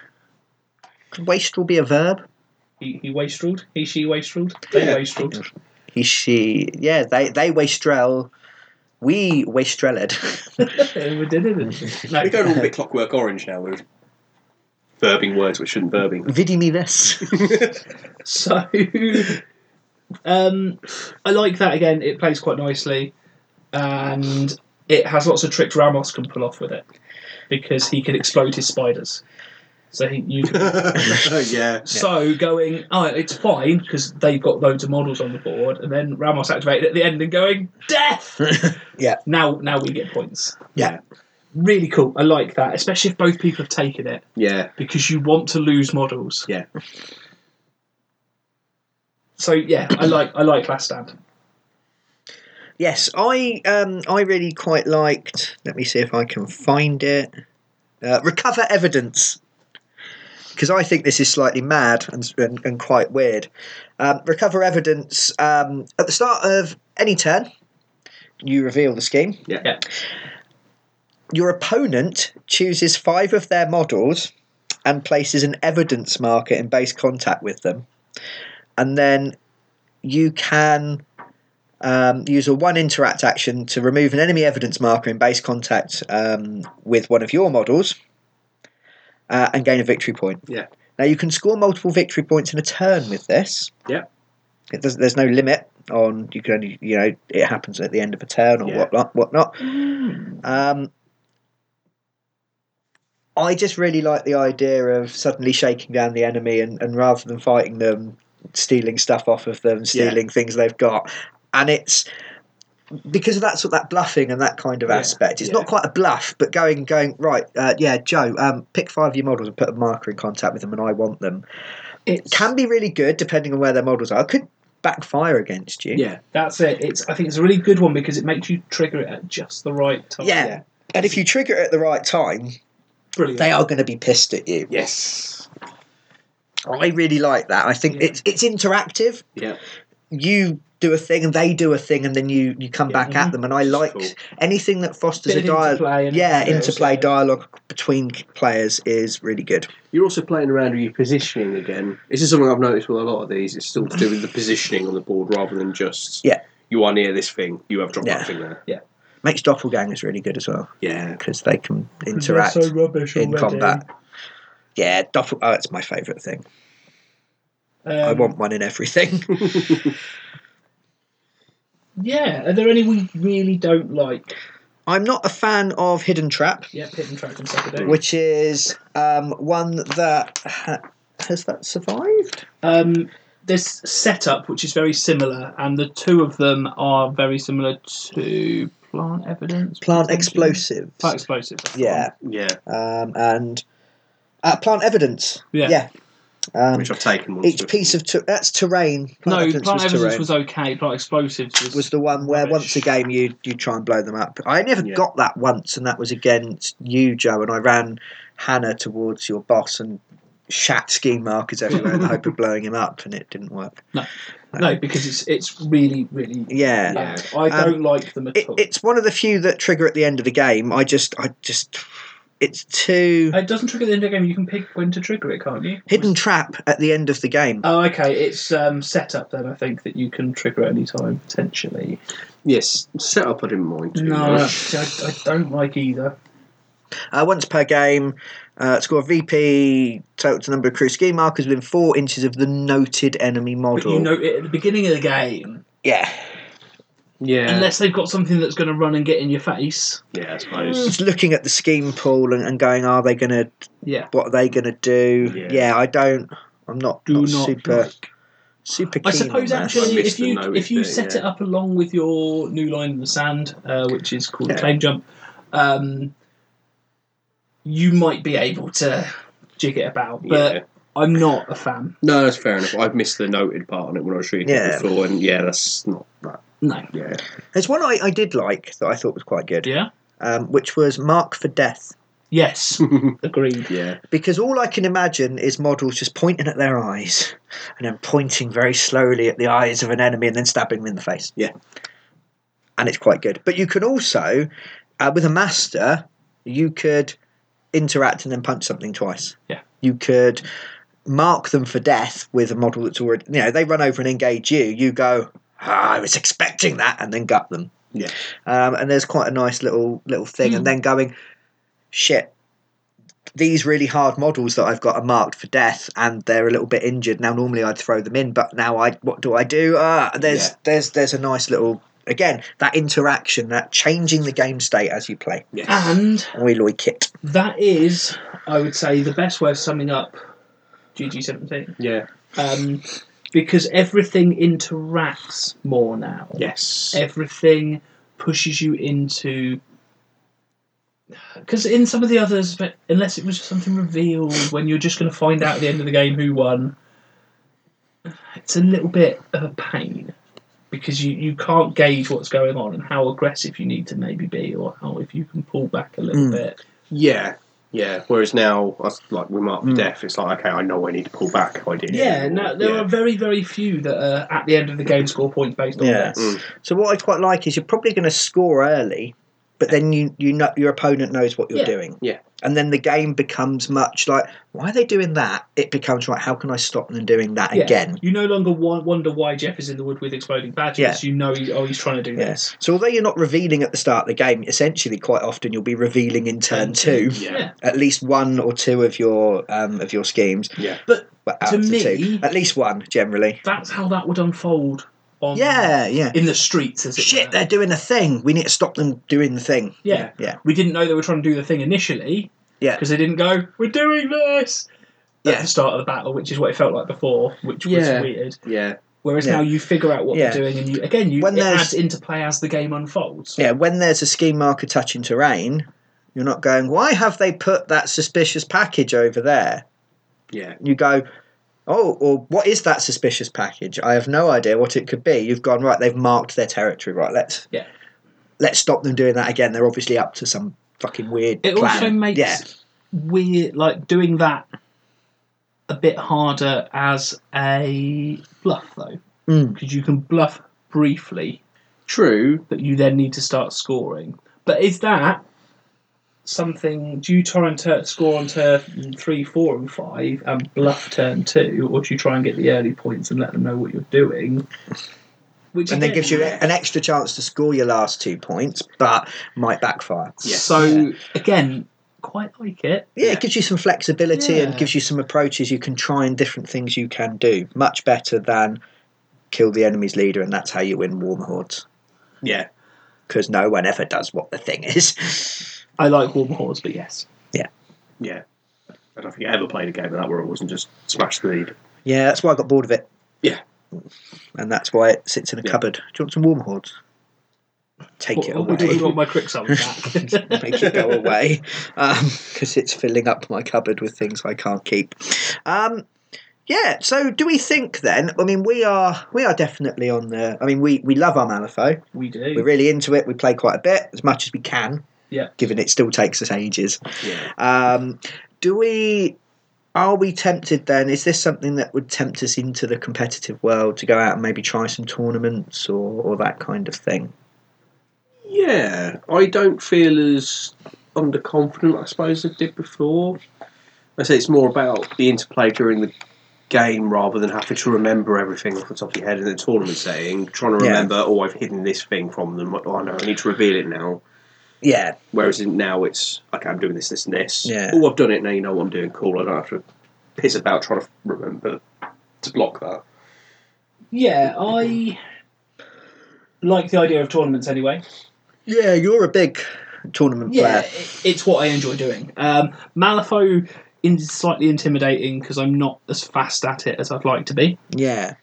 A: Could wastrel be a verb?
C: He, he wastreled. He, she wastreled. They
B: Yeah.
C: wastreled.
A: He, she. Yeah, they, they wastrel. We wastrelled.
C: we did it. No.
B: We're going all a bit clockwork orange now. We're verbing words which shouldn't verbing.
A: Vidi me this.
C: So, um, I like that again. It plays quite nicely, and it has lots of tricks Ramos can pull off with it because he can explode his spiders. So he, you can.
B: yeah,
C: So going, oh, it's fine because they've got loads of models on the board, and then Ramos activated at the end and going death.
A: Yeah.
C: Now, now we get points.
A: Yeah.
C: Really cool. I like that, especially if both people have taken it
B: yeah,
C: because you want to lose models.
B: yeah.
C: So yeah, I like I like Last Stand.
A: Yes, I um, I really quite liked. Let me see if I can find it. Uh, recover evidence, because I think this is slightly mad and and, and quite weird. Um, recover evidence um, at the start of any turn. You reveal the scheme.
B: Yeah.
C: Yeah.
A: Your opponent chooses five of their models and places an evidence marker in base contact with them, and then you can um, use a one interact action to remove an enemy evidence marker in base contact um, with one of your models uh, and gain a victory point.
B: Yeah.
A: Now you can score multiple victory points in a turn with this.
B: Yeah.
A: It does, there's no limit on you can only you know it happens at the end of a turn or
B: Yeah. Mm.
A: whatnot whatnot. Um, I just really like the idea of suddenly shaking down the enemy and, and rather than fighting them, stealing stuff off of them, stealing things they've got. And it's because that's what that bluffing and that kind of
B: Yeah,
A: aspect. It's
B: yeah.
A: not quite a bluff, but going going right, uh, yeah, Joe, um, pick five of your models and put a marker in contact with them, and I want them.
C: It's
A: Can be really good depending on where their models are. Could backfire against you.
B: Yeah,
C: that's it. It's I think it's a really good one because it makes you trigger it at just the right time.
A: Yeah. And if you trigger it at the right time,
C: brilliant.
A: they are going to be pissed at you.
B: yes,
A: I really like that. I think
C: Yeah.
A: it's it's interactive.
B: yeah,
A: you do a thing and they do a thing and then you you come back
C: Mhm.
A: at them and i like
B: Cool.
A: anything that fosters
C: Bit
A: a
C: of
A: dialogue
C: interplay and
A: yeah
C: everything else,
A: interplay
C: yeah.
A: dialogue between players is really good
B: You're also playing around with your positioning again. This is something I've noticed with a lot of these. It's still to do with the positioning on the board rather than just
A: Yeah.
B: You are near this thing. You have dropped
A: Yeah.
B: that thing there.
A: makes doppelgangers really good as well
B: Yeah,
A: because they can
C: They're
A: interact
C: so rubbish
A: in
C: already.
A: combat yeah doppel oh it's my favorite thing
C: Um,
A: i want one in everything
C: Yeah. Are there any we really don't like?
A: i'm not a fan of hidden trap
C: Yeah, Pit and Track and stuff. I don't.
A: which is um, one that ha- has that survived
C: Um, there's setup which is very similar, and the two of them are very similar to plant evidence.
A: plant
C: potentially?
A: explosives
C: Plant explosive. that's the
A: yeah
B: yeah.
A: um, and Uh, plant evidence.
C: Yeah.
A: Yeah. Um,
B: which I've taken. once
A: each
B: before.
A: piece of ter- that's terrain. Plant
C: No,
A: evidence
C: plant
A: was
C: evidence
A: terrain.
C: was okay. Plant explosives was,
A: was the one where once
C: rubbish.
A: a game you you try and blow them up. I never
B: Yeah.
A: got that once, and that was against you, Joe. And I ran Hannah towards your boss and shat ski markers everywhere in the hope of blowing him up, and it didn't work.
C: no because it's it's really really
A: Yeah, Um,
C: bad. I don't like them at
A: It,
C: all.
A: it's one of the few that trigger at the end of the game. I just, I just, it's too
C: Uh, It doesn't trigger at the end of the game. You can pick when to trigger it, can't you?
A: hidden trap at the end of the game.
C: Oh, okay. It's um, set up then. I think that you can trigger at any time potentially.
B: yes, set up. I didn't mind. Too
C: No,
B: much.
C: see, I, I don't like either.
A: Uh, once per game, uh, score VP total to number of crew ski markers within four inches of the noted enemy
C: But
A: model.
C: you note it at the beginning of the game,
A: yeah,
B: Yeah,
C: unless they've got something that's going to run and get in your face.
B: yeah, I suppose.
A: just looking at the scheme pool and, and going, are they going to?
C: Yeah.
A: What are they going to do?
B: Yeah.
A: Yeah. I don't. I'm not,
C: Do
A: not
C: not.
A: super
C: like.
A: super. Keen
C: I suppose
A: on that.
C: actually,
B: I missed
C: if you
B: the note
C: if you
B: bit,
C: set
B: yeah.
C: it up along with your new line in the sand, uh, which is called
A: Yeah.
C: claim jump, um, you might be able to jig it about. But
B: Yeah.
C: I'm not a fan.
B: No, that's fair enough. I've missed the noted part on it when I was reading
A: Yeah.
B: it before, and yeah, that's not that.
C: No.
B: Yeah,
A: there's one I, I did like that I thought was quite good,
C: Yeah.
A: um, which was Mark for Death,
C: Yes.
A: Hmm.
C: Agreed.
B: yeah,
A: because all I can imagine is models just pointing at their eyes and then pointing very slowly at the eyes of an enemy and then stabbing them in the face.
B: Yeah.
A: and it's quite good. But you can also, uh, with a master, you could interact and then punch something twice.
C: Yeah.
A: You could mark them for death with a model that's already, you know, they run over and engage you. You go, "Ah, I was expecting that, and then gut them.
B: Yeah. Hmm.
A: Um, and there's quite a nice little little thing, and then going, shit. These really hard models that I've got are marked for death, and they're a little bit injured. Now, normally I'd throw them in, but now I, what do I do? Ah, there's
B: Yeah.
A: there's there's a nice little again that interaction, that changing the game state as you play.
B: yeah.
C: And
A: And we like it.
C: that is, I would say, the best way of summing up GG17.
B: yeah,
C: Um, because everything interacts more now.
B: yes,
C: Everything pushes you into. Because in some of the others, but unless it was something revealed when you're just going to find out at the end of the game who won, it's a little bit of a pain. Because you, you can't gauge what's going on and how aggressive you need to maybe be, or how if you can pull back a little
A: Mm.
C: bit.
B: yeah, yeah. Whereas now, us- like we mark
A: Mm.
B: mm. death, it's like okay, I know I need to pull back. I did.
C: Yeah, no, there
B: yeah.
C: are very, very few that are at the end of the game score points based on
A: Yeah.
C: that.
B: Mm.
A: So what I quite like is you're probably going to score early, but then you you know your opponent knows what you're
C: Yeah.
A: doing.
B: Yeah.
A: And then the game becomes much like why are they doing that? It becomes right. How can I stop them doing that
C: Yeah.
A: again?
C: You no longer wa- wonder why Jeff is in the wood with exploding badges.
A: Yeah.
C: You know, he, oh, he's trying to do this.
A: So although you're not revealing at the start of the game, essentially quite often you'll be revealing in turn
C: Mm.
A: two
B: Yeah.
C: Yeah.
A: at least one or two of your um, of your schemes.
B: Yeah.
C: But
A: Well, out
C: To
A: of the
C: me-
A: two, at least one generally.
C: that's how that would unfold on
A: Yeah, yeah.
C: in the streets, as it
A: Shit,
C: were.
A: they're doing a thing. We need to stop them doing the thing.
C: Yeah.
A: Yeah.
C: We didn't know they were trying to do the thing initially.
A: Yeah.
C: Because they didn't go, we're doing this at
A: Yeah.
C: the start of the battle, which is what it felt like before, which
B: Yeah.
C: was weird.
B: yeah,
C: Whereas
A: Yeah.
C: now you figure out what
A: Yeah.
C: they're doing, and you again you
A: When
C: it
A: there's-
C: adds into play as the game unfolds.
A: Yeah, when there's a scheme marker touching terrain, you're not going, why have they put that suspicious package over there?
B: yeah,
A: You go, oh, or what is that suspicious package? I have no idea what it could be. You've gone, right, they've marked their territory, right, let's
C: Yeah.
A: let's stop them doing that again. They're obviously up to some fucking weird
C: It
A: plan.
C: also makes
A: Yeah.
C: weird like doing that a bit harder as a bluff though,
A: Mm.
C: because you can bluff briefly,
B: True.
C: but you then need to start scoring. But is that something? Do you try and tur score on turn three, four, and five, and bluff turn two, or do you try and get the early points and let them know what you're doing? Which
A: And then
C: again-
A: gives you an extra chance to score your last two points, but might backfire.
B: Yeah.
C: So again, quite like it.
A: Yeah, it gives you some flexibility and
C: Yeah.
A: gives you some approaches you can try and different things you can do. Much better than kill the enemy's leader and that's how you win warm hordes.
B: Yeah,
A: Because no one ever does what the thing is.
C: I like warm horse, but yes,
B: yeah. I don't think I ever played a game of that where I wasn't just smash the lead.
A: yeah, that's why I got bored of it.
B: Yeah.
A: And that's why it sits in a
B: Yeah.
A: cupboard. Do you want some warm hordes? Take
C: What-
A: it
C: what do you want
A: away.
C: my Quicksilver back?
A: Make it go away because it's filling up my cupboard with things I can't keep. Um, yeah. So, do we think then? I mean, we are we are definitely on the. I mean, we we love our Malifaux.
C: we
A: We're
C: do.
A: really into it. We play quite a bit as much as we can.
C: Yeah.
A: Given it still takes us ages.
B: Yeah.
A: Um, do we? Are we tempted then? Is this something that would tempt us into the competitive world to go out and maybe try some tournaments or, or that kind of thing?
B: Yeah, I don't feel as underconfident, I suppose, as I did before. I say it's more about the interplay during the game rather than having to remember everything off the top of your head in the tournament setting, trying to
A: Yeah.
B: remember, oh, I've hidden this thing from them. Oh, no, I need to reveal it now.
A: Yeah,
B: Whereas in now it's, okay, I'm doing this, this, and this.
A: Yeah.
B: Oh, I've done it now, you know what I'm doing. Cool, I don't have to piss about trying to remember to block that.
C: Yeah, I like the idea of tournaments anyway.
A: yeah. You're a big tournament
C: Yeah,
A: player.
C: it- it's what I enjoy doing. Um, Malifaux is slightly intimidating because I'm not as fast at it as I'd like to be.
A: Yeah.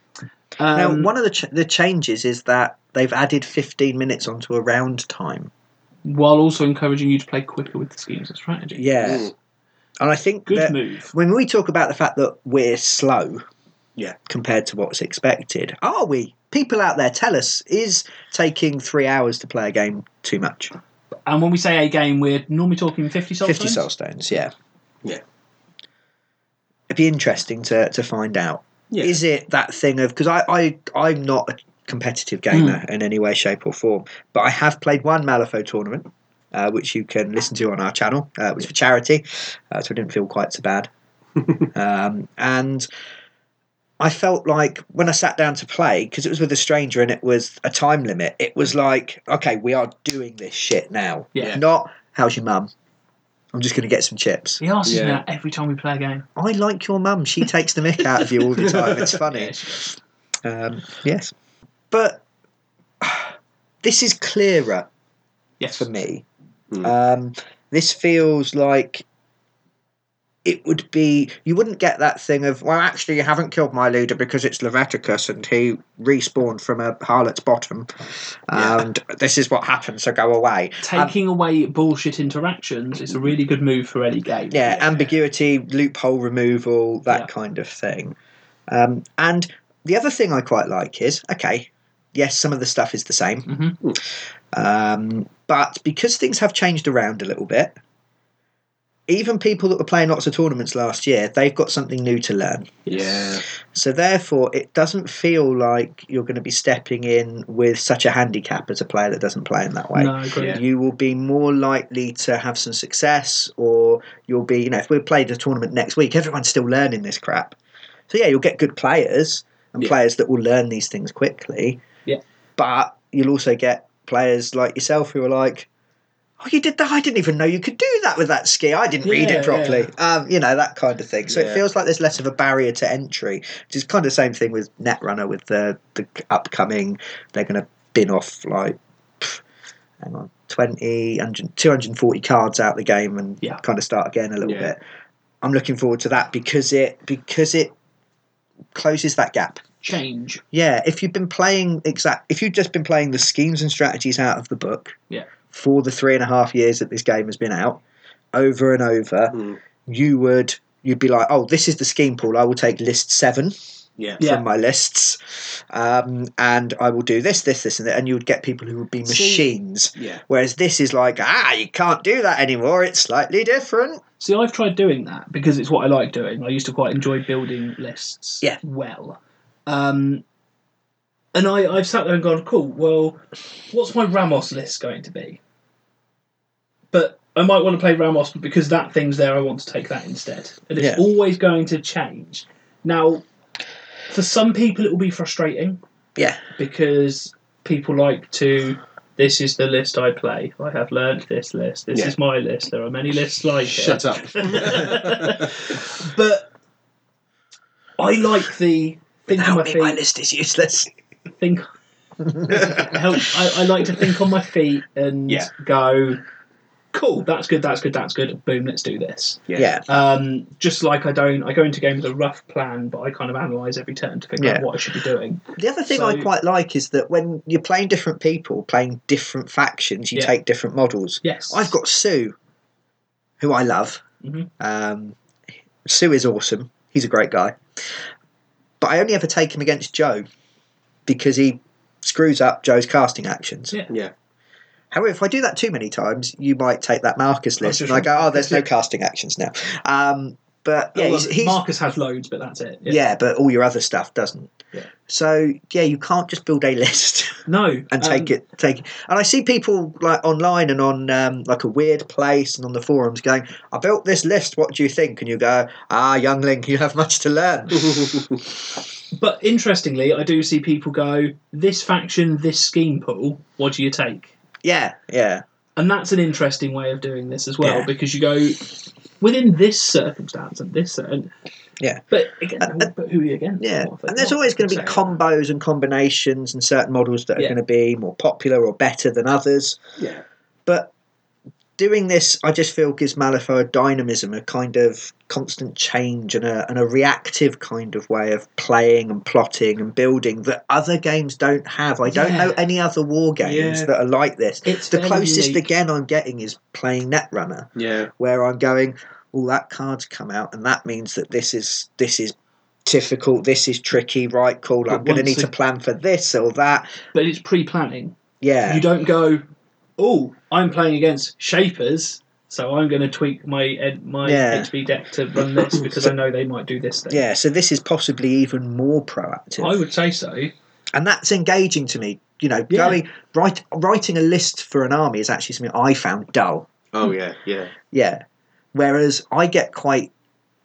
C: Um,
A: now, one of the ch- the changes is that they've added 15 minutes onto a round time.
C: while also encouraging you to play quicker with the schemes and strategy.
A: Yeah,
B: Mm.
A: and I think
C: Good
A: that
C: move.
A: when we talk about the fact that we're slow,
B: Yeah.
A: compared to what's expected, are we? People out there tell us is taking three hours to play a game too much?
C: And when we say a game, we're normally talking 50 soul
A: 50
C: stones.
A: soul stones, yeah.
B: Yeah.
A: It'd be interesting to, to find out.
B: Yeah.
A: Is it that thing of because I, I I'm not a competitive gamer
B: Hmm.
A: in any way, shape, or form, but I have played one Malifaux tournament, uh, which you can listen to on our channel. Uh, it was for charity, uh, so I didn't feel quite so bad. um, and I felt like when I sat down to play, because it was with a stranger and it was a time limit, it was like, okay, we are doing this shit now.
C: Yeah.
A: Not, how's your mum? I'm just going to get some chips.
C: He asks
B: Yeah.
C: me that every time we play a game.
A: I like your mum. She takes the mick out of you all the time. It's funny.
C: Yes.
A: Um, yes. But this is clearer
C: yes.
A: for me.
B: Mm.
A: Um, this feels like it would be you wouldn't get that thing of well actually you haven't killed my leader because it's Leviticus and he respawned from a harlot's bottom and this is what happened so go away
C: Taking away bullshit interactions is a really good move for any game.
A: yeah, ambiguity, loophole removal, that
C: Yeah.
A: kind of thing. Um, and the other thing I quite like is okay, yes, some of the stuff is the same,
C: Mhm.
A: um, but because things have changed around a little bit, even people that were playing lots of tournaments last year, they've got something new to learn.
B: Yeah.
A: So therefore, it doesn't feel like you're going to be stepping in with such a handicap as a player that doesn't play in that way
C: No, agreed.
B: Yeah.
A: you will be more likely to have some success or you'll be you know if we played a tournament next week everyone's still learning this crap so yeah you'll get good players and
B: Yeah.
A: players that will learn these things quickly
C: Yeah.
A: but you'll also get players like yourself who are like oh you did that i didn't even know you could do that with that ski i didn't read
C: Yeah, yeah.
A: it properly um, you know that kind of thing so it
B: Yeah.
A: feels like there's less of a barrier to entry which is kind of the same thing with netrunner with the, the upcoming they're going to bin off like pff, hang on 20 100 240 cards out the game and
C: Yeah.
A: kind of start again a little
B: Yeah.
A: bit i'm looking forward to that because it because it closes that gap
C: Change.
A: yeah if you've been playing exact if you've just been playing the schemes and strategies out of the book
C: Yeah.
A: for the three and a half years that this game has been out over and over
B: Mm.
A: you would you'd be like oh this is the scheme pool i will take list seven
B: Yeah.
C: Yeah.
A: from my lists, um, and I will do this, this, this, and that, and you would get people who would be
C: See-
A: machines.
B: Yeah.
A: Whereas this is like, ah, you can't do that anymore. It's slightly different.
C: See, I've tried doing that because it's what I like doing. I used to quite enjoy building lists
A: Yeah.
C: well. Um, and I, I've sat there and gone, cool, well, what's my Ramos list going to be? But I might want to play Ramos but because that thing's there, I want to take that instead. And it's
A: Yeah.
C: always going to change. Now, for some people, it will be frustrating
A: Yeah,
C: because people like to. This is the list I play. I have learned this list. This
B: Yeah.
C: is my list. There are many lists like it.
B: Shut up.
C: But I like the think on my
A: Without me,
C: feet.
A: my list is useless.
C: Think help. I, I like to think on my feet and
B: Yeah.
C: go. cool, that's good, that's good, that's good. Boom, let's do this.
A: Yeah.
C: Um, just like I don't, I go into game with a rough plan, but I kind of analyze every turn to figure out
A: Yeah.
C: what I should be doing.
A: The other thing
C: So-
A: I quite like is that when you're playing different people, playing different factions, you
C: Yeah.
A: take different models.
C: Yes,
A: I've got Sue, who I love.
C: Mhm.
A: Um, Sue is awesome. He's a great guy. But I only ever take him against Joe because he screws up Joe's casting actions.
C: Yeah.
B: Yeah.
A: However, if I do that too many times, you might take that Marcus
C: I was
A: list and
C: just
A: I go, oh, there's no
C: yeah.
A: casting actions now. Um, but yeah,
C: Oh, well,
A: he's, he's
C: Marcus has loads, but that's it.
A: yeah. but all your other stuff doesn't.
C: Yeah.
A: So yeah, you can't just build a list
C: no, um,
A: and take it take and i see people like online and on um, like a weird place and on the forums going i built this list what do you think and you go ah youngling you have much to learn
C: But interestingly, I do see people go this faction, this scheme pool. What do you take?
A: yeah yeah
C: And that's an interesting way of doing this as well,
A: Yeah.
C: because you go within this circumstance and this, and
A: Yeah.
C: But again,
A: And- and-
C: but who are you against?
A: yeah
C: What if
A: and
C: they're
A: there's
C: not?
A: always going to be
C: So-
A: combos and combinations and certain models that are
C: Yeah.
A: going to be more popular or better than others
B: Yeah.
A: but doing this i just feel gives malifaux a dynamism a kind of constant change and a, and a reactive kind of way of playing and plotting and building that other games don't have i don't
C: Yeah.
A: know any other war games
C: Yeah.
A: that are like this
C: It's
A: the
C: very
A: closest
C: unique.
A: again i'm getting is playing netrunner
B: Yeah.
A: where i'm going well that card's come out and that means that this is this is difficult this is tricky right cool
C: But
A: i'm going to
C: once
A: need to
C: ag-
A: plan for this or that
C: but it's pre-planning.
A: yeah
C: You don't go, oh, I'm playing against shapers, so I'm going to tweak my ed- my
A: Yeah.
C: HP deck to run this because I know they might do this thing.
A: yeah so this is possibly even more proactive
C: I would say so.
A: and that's engaging to me. You know,
C: Yeah.
A: going write, writing a list for an army is actually something I found dull.
B: Oh yeah. Yeah.
A: Yeah, whereas I get quite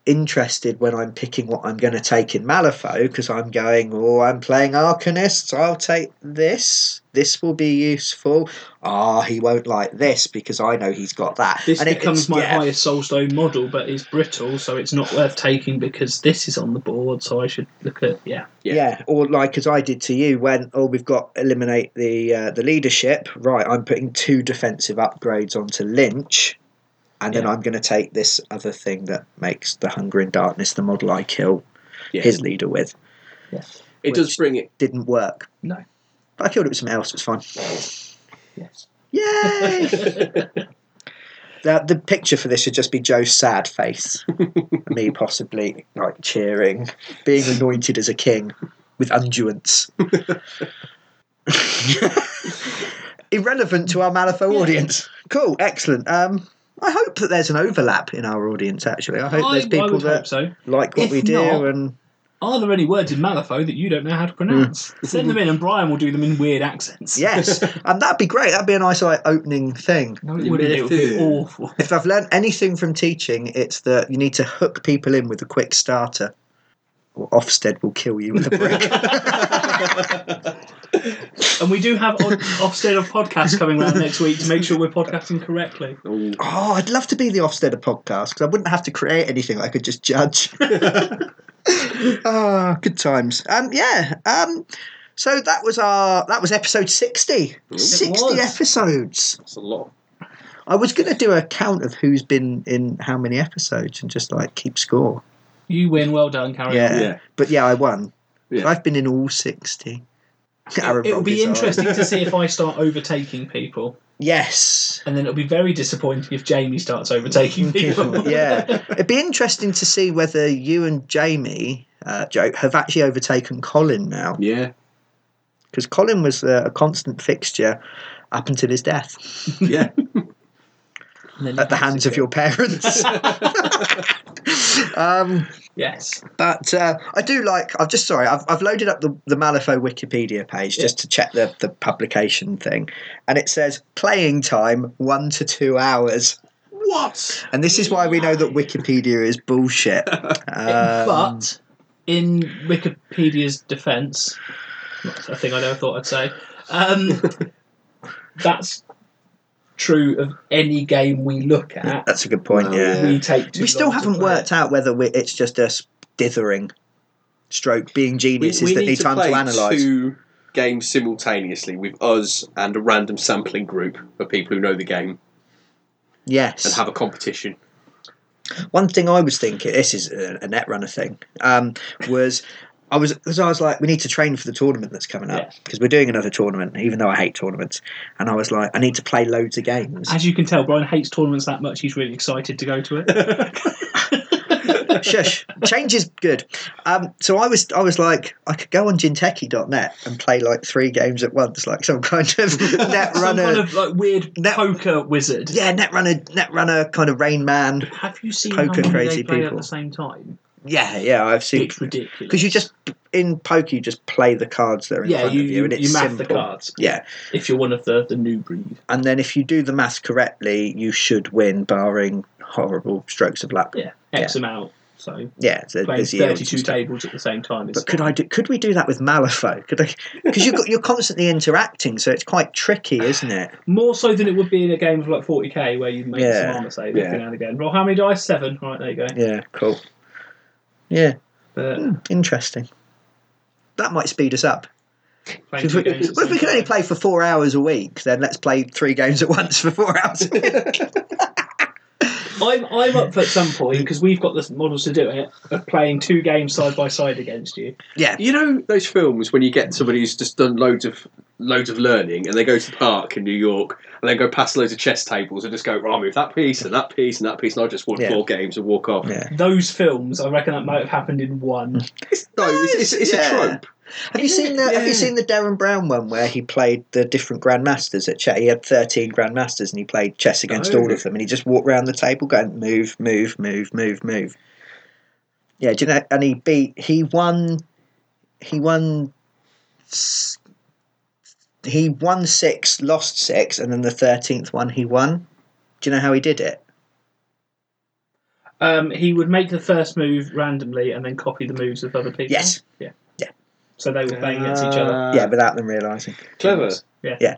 A: interested when I'm picking what I'm going to take in Malifaux because I'm going, oh, I'm playing Arcanists. I'll take this. This will be useful. Ah, he won't like this because I know he's got that.
C: This
A: And it-
C: becomes
A: it's-
C: my
A: yeah.
C: highest soulstone model, but it's brittle, so it's not worth taking because this is on the board. So I should look at yeah.
A: Yeah.
B: Yeah.
A: or like as I did to you when oh we've got eliminate the uh, the leadership right I'm putting two defensive upgrades onto Lynch, and then
C: Yeah.
A: I'm going to take this other thing that makes the Hunger in Darkness the model I kill
B: Yeah.
A: his leader with
C: yeah.
B: it does bring it.
A: didn't work.
C: No.
A: But I killed it with something else. It's fine.
C: Yes.
A: Yay! the, the picture for this should just be Joe's sad face, me possibly like cheering, being anointed as a king with unguents. Irrelevant to our Malifaux
C: Yeah.
A: audience. Cool, excellent. Um, I hope that there's an overlap in our audience. Actually, I hope
C: I,
A: there's
C: I
A: people
C: would hope
A: that
C: so.
A: like what
C: If
A: we do
C: not-
A: and
C: Are there any words in Malifaux that you don't know how to pronounce?
A: Hmm.
C: Send them in, and Brian will do them in weird accents.
A: yes, and that'd be great. That'd be a nice like opening thing.
C: No, it wouldn't. It would be awful.
A: If I've learned anything from teaching, it's that you need to hook people in with a quick starter. Or Ofsted will kill you with a brick.
C: And we do have odd, Ofsted of podcasts coming around next week to make sure we're podcasting correctly.
B: Ooh.
A: oh, I'd love to be the Ofsted of podcast because I wouldn't have to create anything. I could just judge. Ah, good times. Um, yeah. Um, so that was our that was episode sixty.
B: It
A: Sixty
C: was.
A: episodes.
B: That's a lot.
A: I was going to do a count of who's been in how many episodes and just like keep score.
C: You win. Well done, Karen.
A: Yeah.
B: Yeah.
A: But yeah, I won.
B: Yeah.
A: I've been in all sixty. Aaron
C: It will be
A: Rodgers, I-
C: interesting to see if I start overtaking people.
A: Yes.
C: And then it'll be very disappointing if Jamie starts overtaking people.
A: yeah. It'd be interesting to see whether you and Jamie, uh, Joe, have actually overtaken Colin now.
B: Yeah.
A: Because Colin was uh, a, a constant fixture up until his death
B: Yeah.
A: at the hands of your parents. um,
C: Yes.
A: but uh, I do like, I've just, sorry, I've, I've loaded up the, the Malifaux Wikipedia page just to check the, the publication thing. And it says playing time one to two hours.
B: what?
A: And this is why we know that Wikipedia is bullshit. Um,
C: but in Wikipedia's defense, that's a thing I never thought I'd say, um, that's true of any game we look at.
A: That's a good point.
B: Well,
A: yeah.
B: yeah.
C: We take too
A: we still
C: long to
A: haven't
C: play.
A: worked out whether we it's just us dithering, stroke being geniuses that need, time to analyse.
B: two games simultaneously with us and a random sampling group of people who know the game.
A: Yes.
B: and have a competition.
A: One thing I was thinking, this is a, a Netrunner thing, um, was I was because I was like, we need to train for the tournament that's coming up because we're doing another tournament, even though I hate tournaments. And I was like, I need to play loads of games.
C: As you can tell, Brian hates tournaments that much. He's really excited to go to it.
A: Shush, change is good. Um, so I was, I was like, I could go on Jinteki.net and play like three games at once, like some kind of Netrunner.
C: Some kind of like weird
A: Net-
C: poker wizard.
A: yeah, Netrunner, Netrunner kind of Rain Man.
C: Have you seen
A: Poker
C: how many
A: crazy
C: they play
A: people.
C: at the same time?
A: Yeah, yeah, I've seen.
C: It's ridiculous.
A: Because you just in poker, you just play the cards that are in
C: yeah,
A: front
C: you
A: of you,
C: you,
A: and it's
C: you math
A: simple.
C: the cards
A: Yeah,
C: if you're one of the the new breed.
A: and then if you do the math correctly, you should win, barring horrible strokes of luck.
C: Yeah, X amount. So
A: Yeah, so
C: playing
A: there's yields and
C: thirty-two
A: stuff.
C: tables at the same time. Is
A: But could I do? Could we do that with Malifaux? Could I? Because you you're constantly interacting, so it's quite tricky, isn't it?
C: more so than it would be in a game of like 40k where you make
A: Yeah.
C: some armor save
B: Yeah.
C: every now and again. Roll how many dice? Seven. All right, there you go.
A: Yeah, cool. Yeah,
C: But
A: hmm, interesting. That might speed us up.
C: playing
A: If
C: two
A: we,
C: games at the
A: well, if we
C: same
A: can only
C: time.
A: play for four hours a week, then let's play three games at once for four hours. a week.
C: I'm I'm up for at some point because we've got the models to do it of playing two games side by side against you.
A: yeah,
B: You know those films when you get somebody who's just done loads of loads of learning, and they go to the park in New York, and then go past loads of chess tables, and just go, "Right, I'll move that piece and that piece and that piece," and I just won
A: Yeah.
B: four games and walk off.
A: yeah.
C: Those films, I reckon that might have happened in one.
B: It's, no, it's, it's, it's
A: Yeah.
B: a trope.
A: Have you seen the Have
B: Yeah.
A: you seen the Darren Brown one where he played the different grandmasters at chess? He had thirteen grandmasters and he played chess against
B: Oh.
A: all of them, and he just walked round the table going move, move, move, move, move. Yeah, do you know? And he beat. He won. He won. s- He won six, lost six, and then the thirteenth one he won. Do you know how he did it? Hmm.
C: Um, he would make the first move randomly and then copy the moves of other people.
A: Yes.
C: Yeah.
A: Yeah.
C: So they were playing against each other.
B: Uh,
A: yeah, without them realizing.
B: clever.
C: Yeah.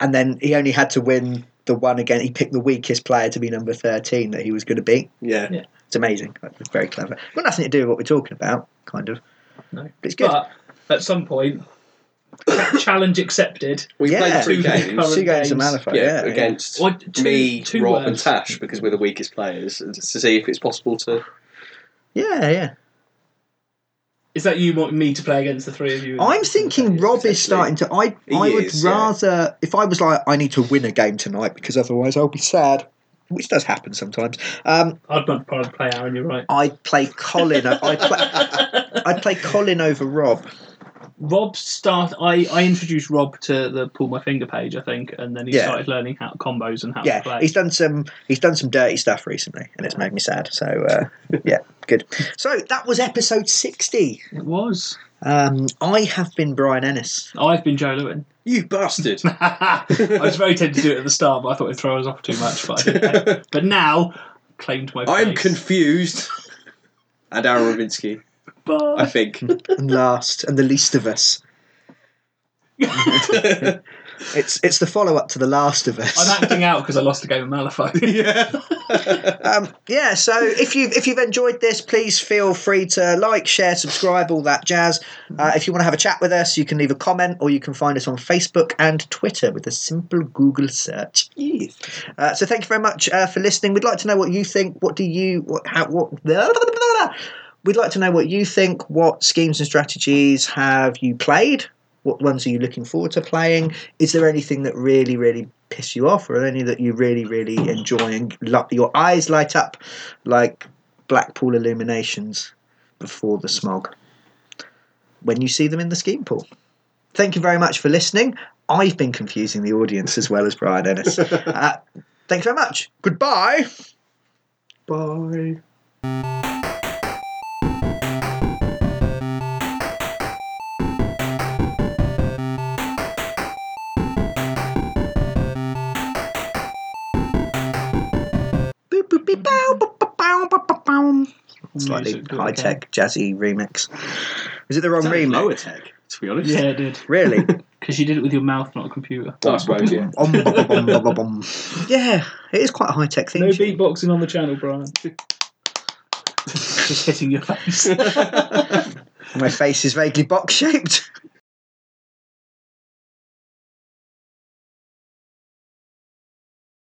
A: and then he only had to win the one again. He picked the weakest player to be number thirteen that he was going to beat.
B: Yeah.
C: Yeah.
A: It's amazing. Like, It's very clever. Got nothing to do with what we're talking about, kind of.
C: No.
A: but it's good.
C: But at some point, challenge accepted.
B: We
A: Yeah.
B: played three
C: Two
B: games.
C: current
A: Two games of
C: games.
A: Malifaux,
B: yeah,
A: yeah,
B: against
C: Or two-
B: me,
C: two
B: Rob, and
C: words.
B: Tash because we're the weakest players, and just to see if it's possible to.
A: yeah, yeah.
C: Is that you want me to play against the three of you?
A: I'm thinking Rob is starting to. I
B: He
A: I would
B: is, yeah.
A: rather if I was like I need to win a game tonight because otherwise I'll be sad, which does happen sometimes. Um,
C: I'd much rather play Aaron. You're right.
A: I'd play Colin. I would play. I'd play Colin over Rob.
C: Rob start. I, I introduced Rob to the pull my finger page, I think, and then he
A: Yeah.
C: started learning how combos and how to
A: yeah,
C: play.
A: he's done some he's done some dirty stuff recently, and it's made me sad. So uh, yeah, good. So that was episode sixty.
C: It was.
A: Um, I have been Brian Ennis.
C: I've been Joe Lewin.
B: You bastard!
C: I was very tempted to do it at the start, but I thought it'd throw us off too much. But I didn't. but now, claim to my face.
B: I'm confused. And Aaron Ravinsky, I
C: Bye.
B: think.
A: and last, and the least of us. It's it's the follow up to the last of us.
C: I'm acting out because I lost a game of Malifaux.
B: yeah.
A: um, yeah, so if you if you've enjoyed this, please feel free to like, share, subscribe, all that jazz. Uh, if you want to have a chat with us, you can leave a comment or you can find us on Facebook and Twitter with a simple Google search. Uh, so thank you very much uh, for listening. We'd like to know what you think. What do you what how what We'd like to know what you think. What schemes and strategies have you played? What ones are you looking forward to playing? Is there anything that really, really piss you off, or any that you really, really enjoy and lo- your eyes light up like Blackpool illuminations before the smog when you see them in the scheme pool? Thank you very much for listening. I've been confusing the audience as well as Brian Ennis. Uh, thanks very much. Goodbye. Bye. Boop, boop, beep, bow, boop, boop, bow, boop, boop, bow. Slightly
C: Music, okay.
A: high tech, jazzy remix. Is it the wrong
B: Sounded
A: remix?
B: Lower tech, to be honest.
C: yeah, I did.
A: Really?
C: Because you did it with your mouth, not a computer.
B: I suppose, yeah.
A: Om, bum, bum, bum, bum, bum, bum. yeah, it is quite a high tech thing.
C: No beatboxing on the channel, Brian. Just hitting your face.
A: My face is vaguely box shaped.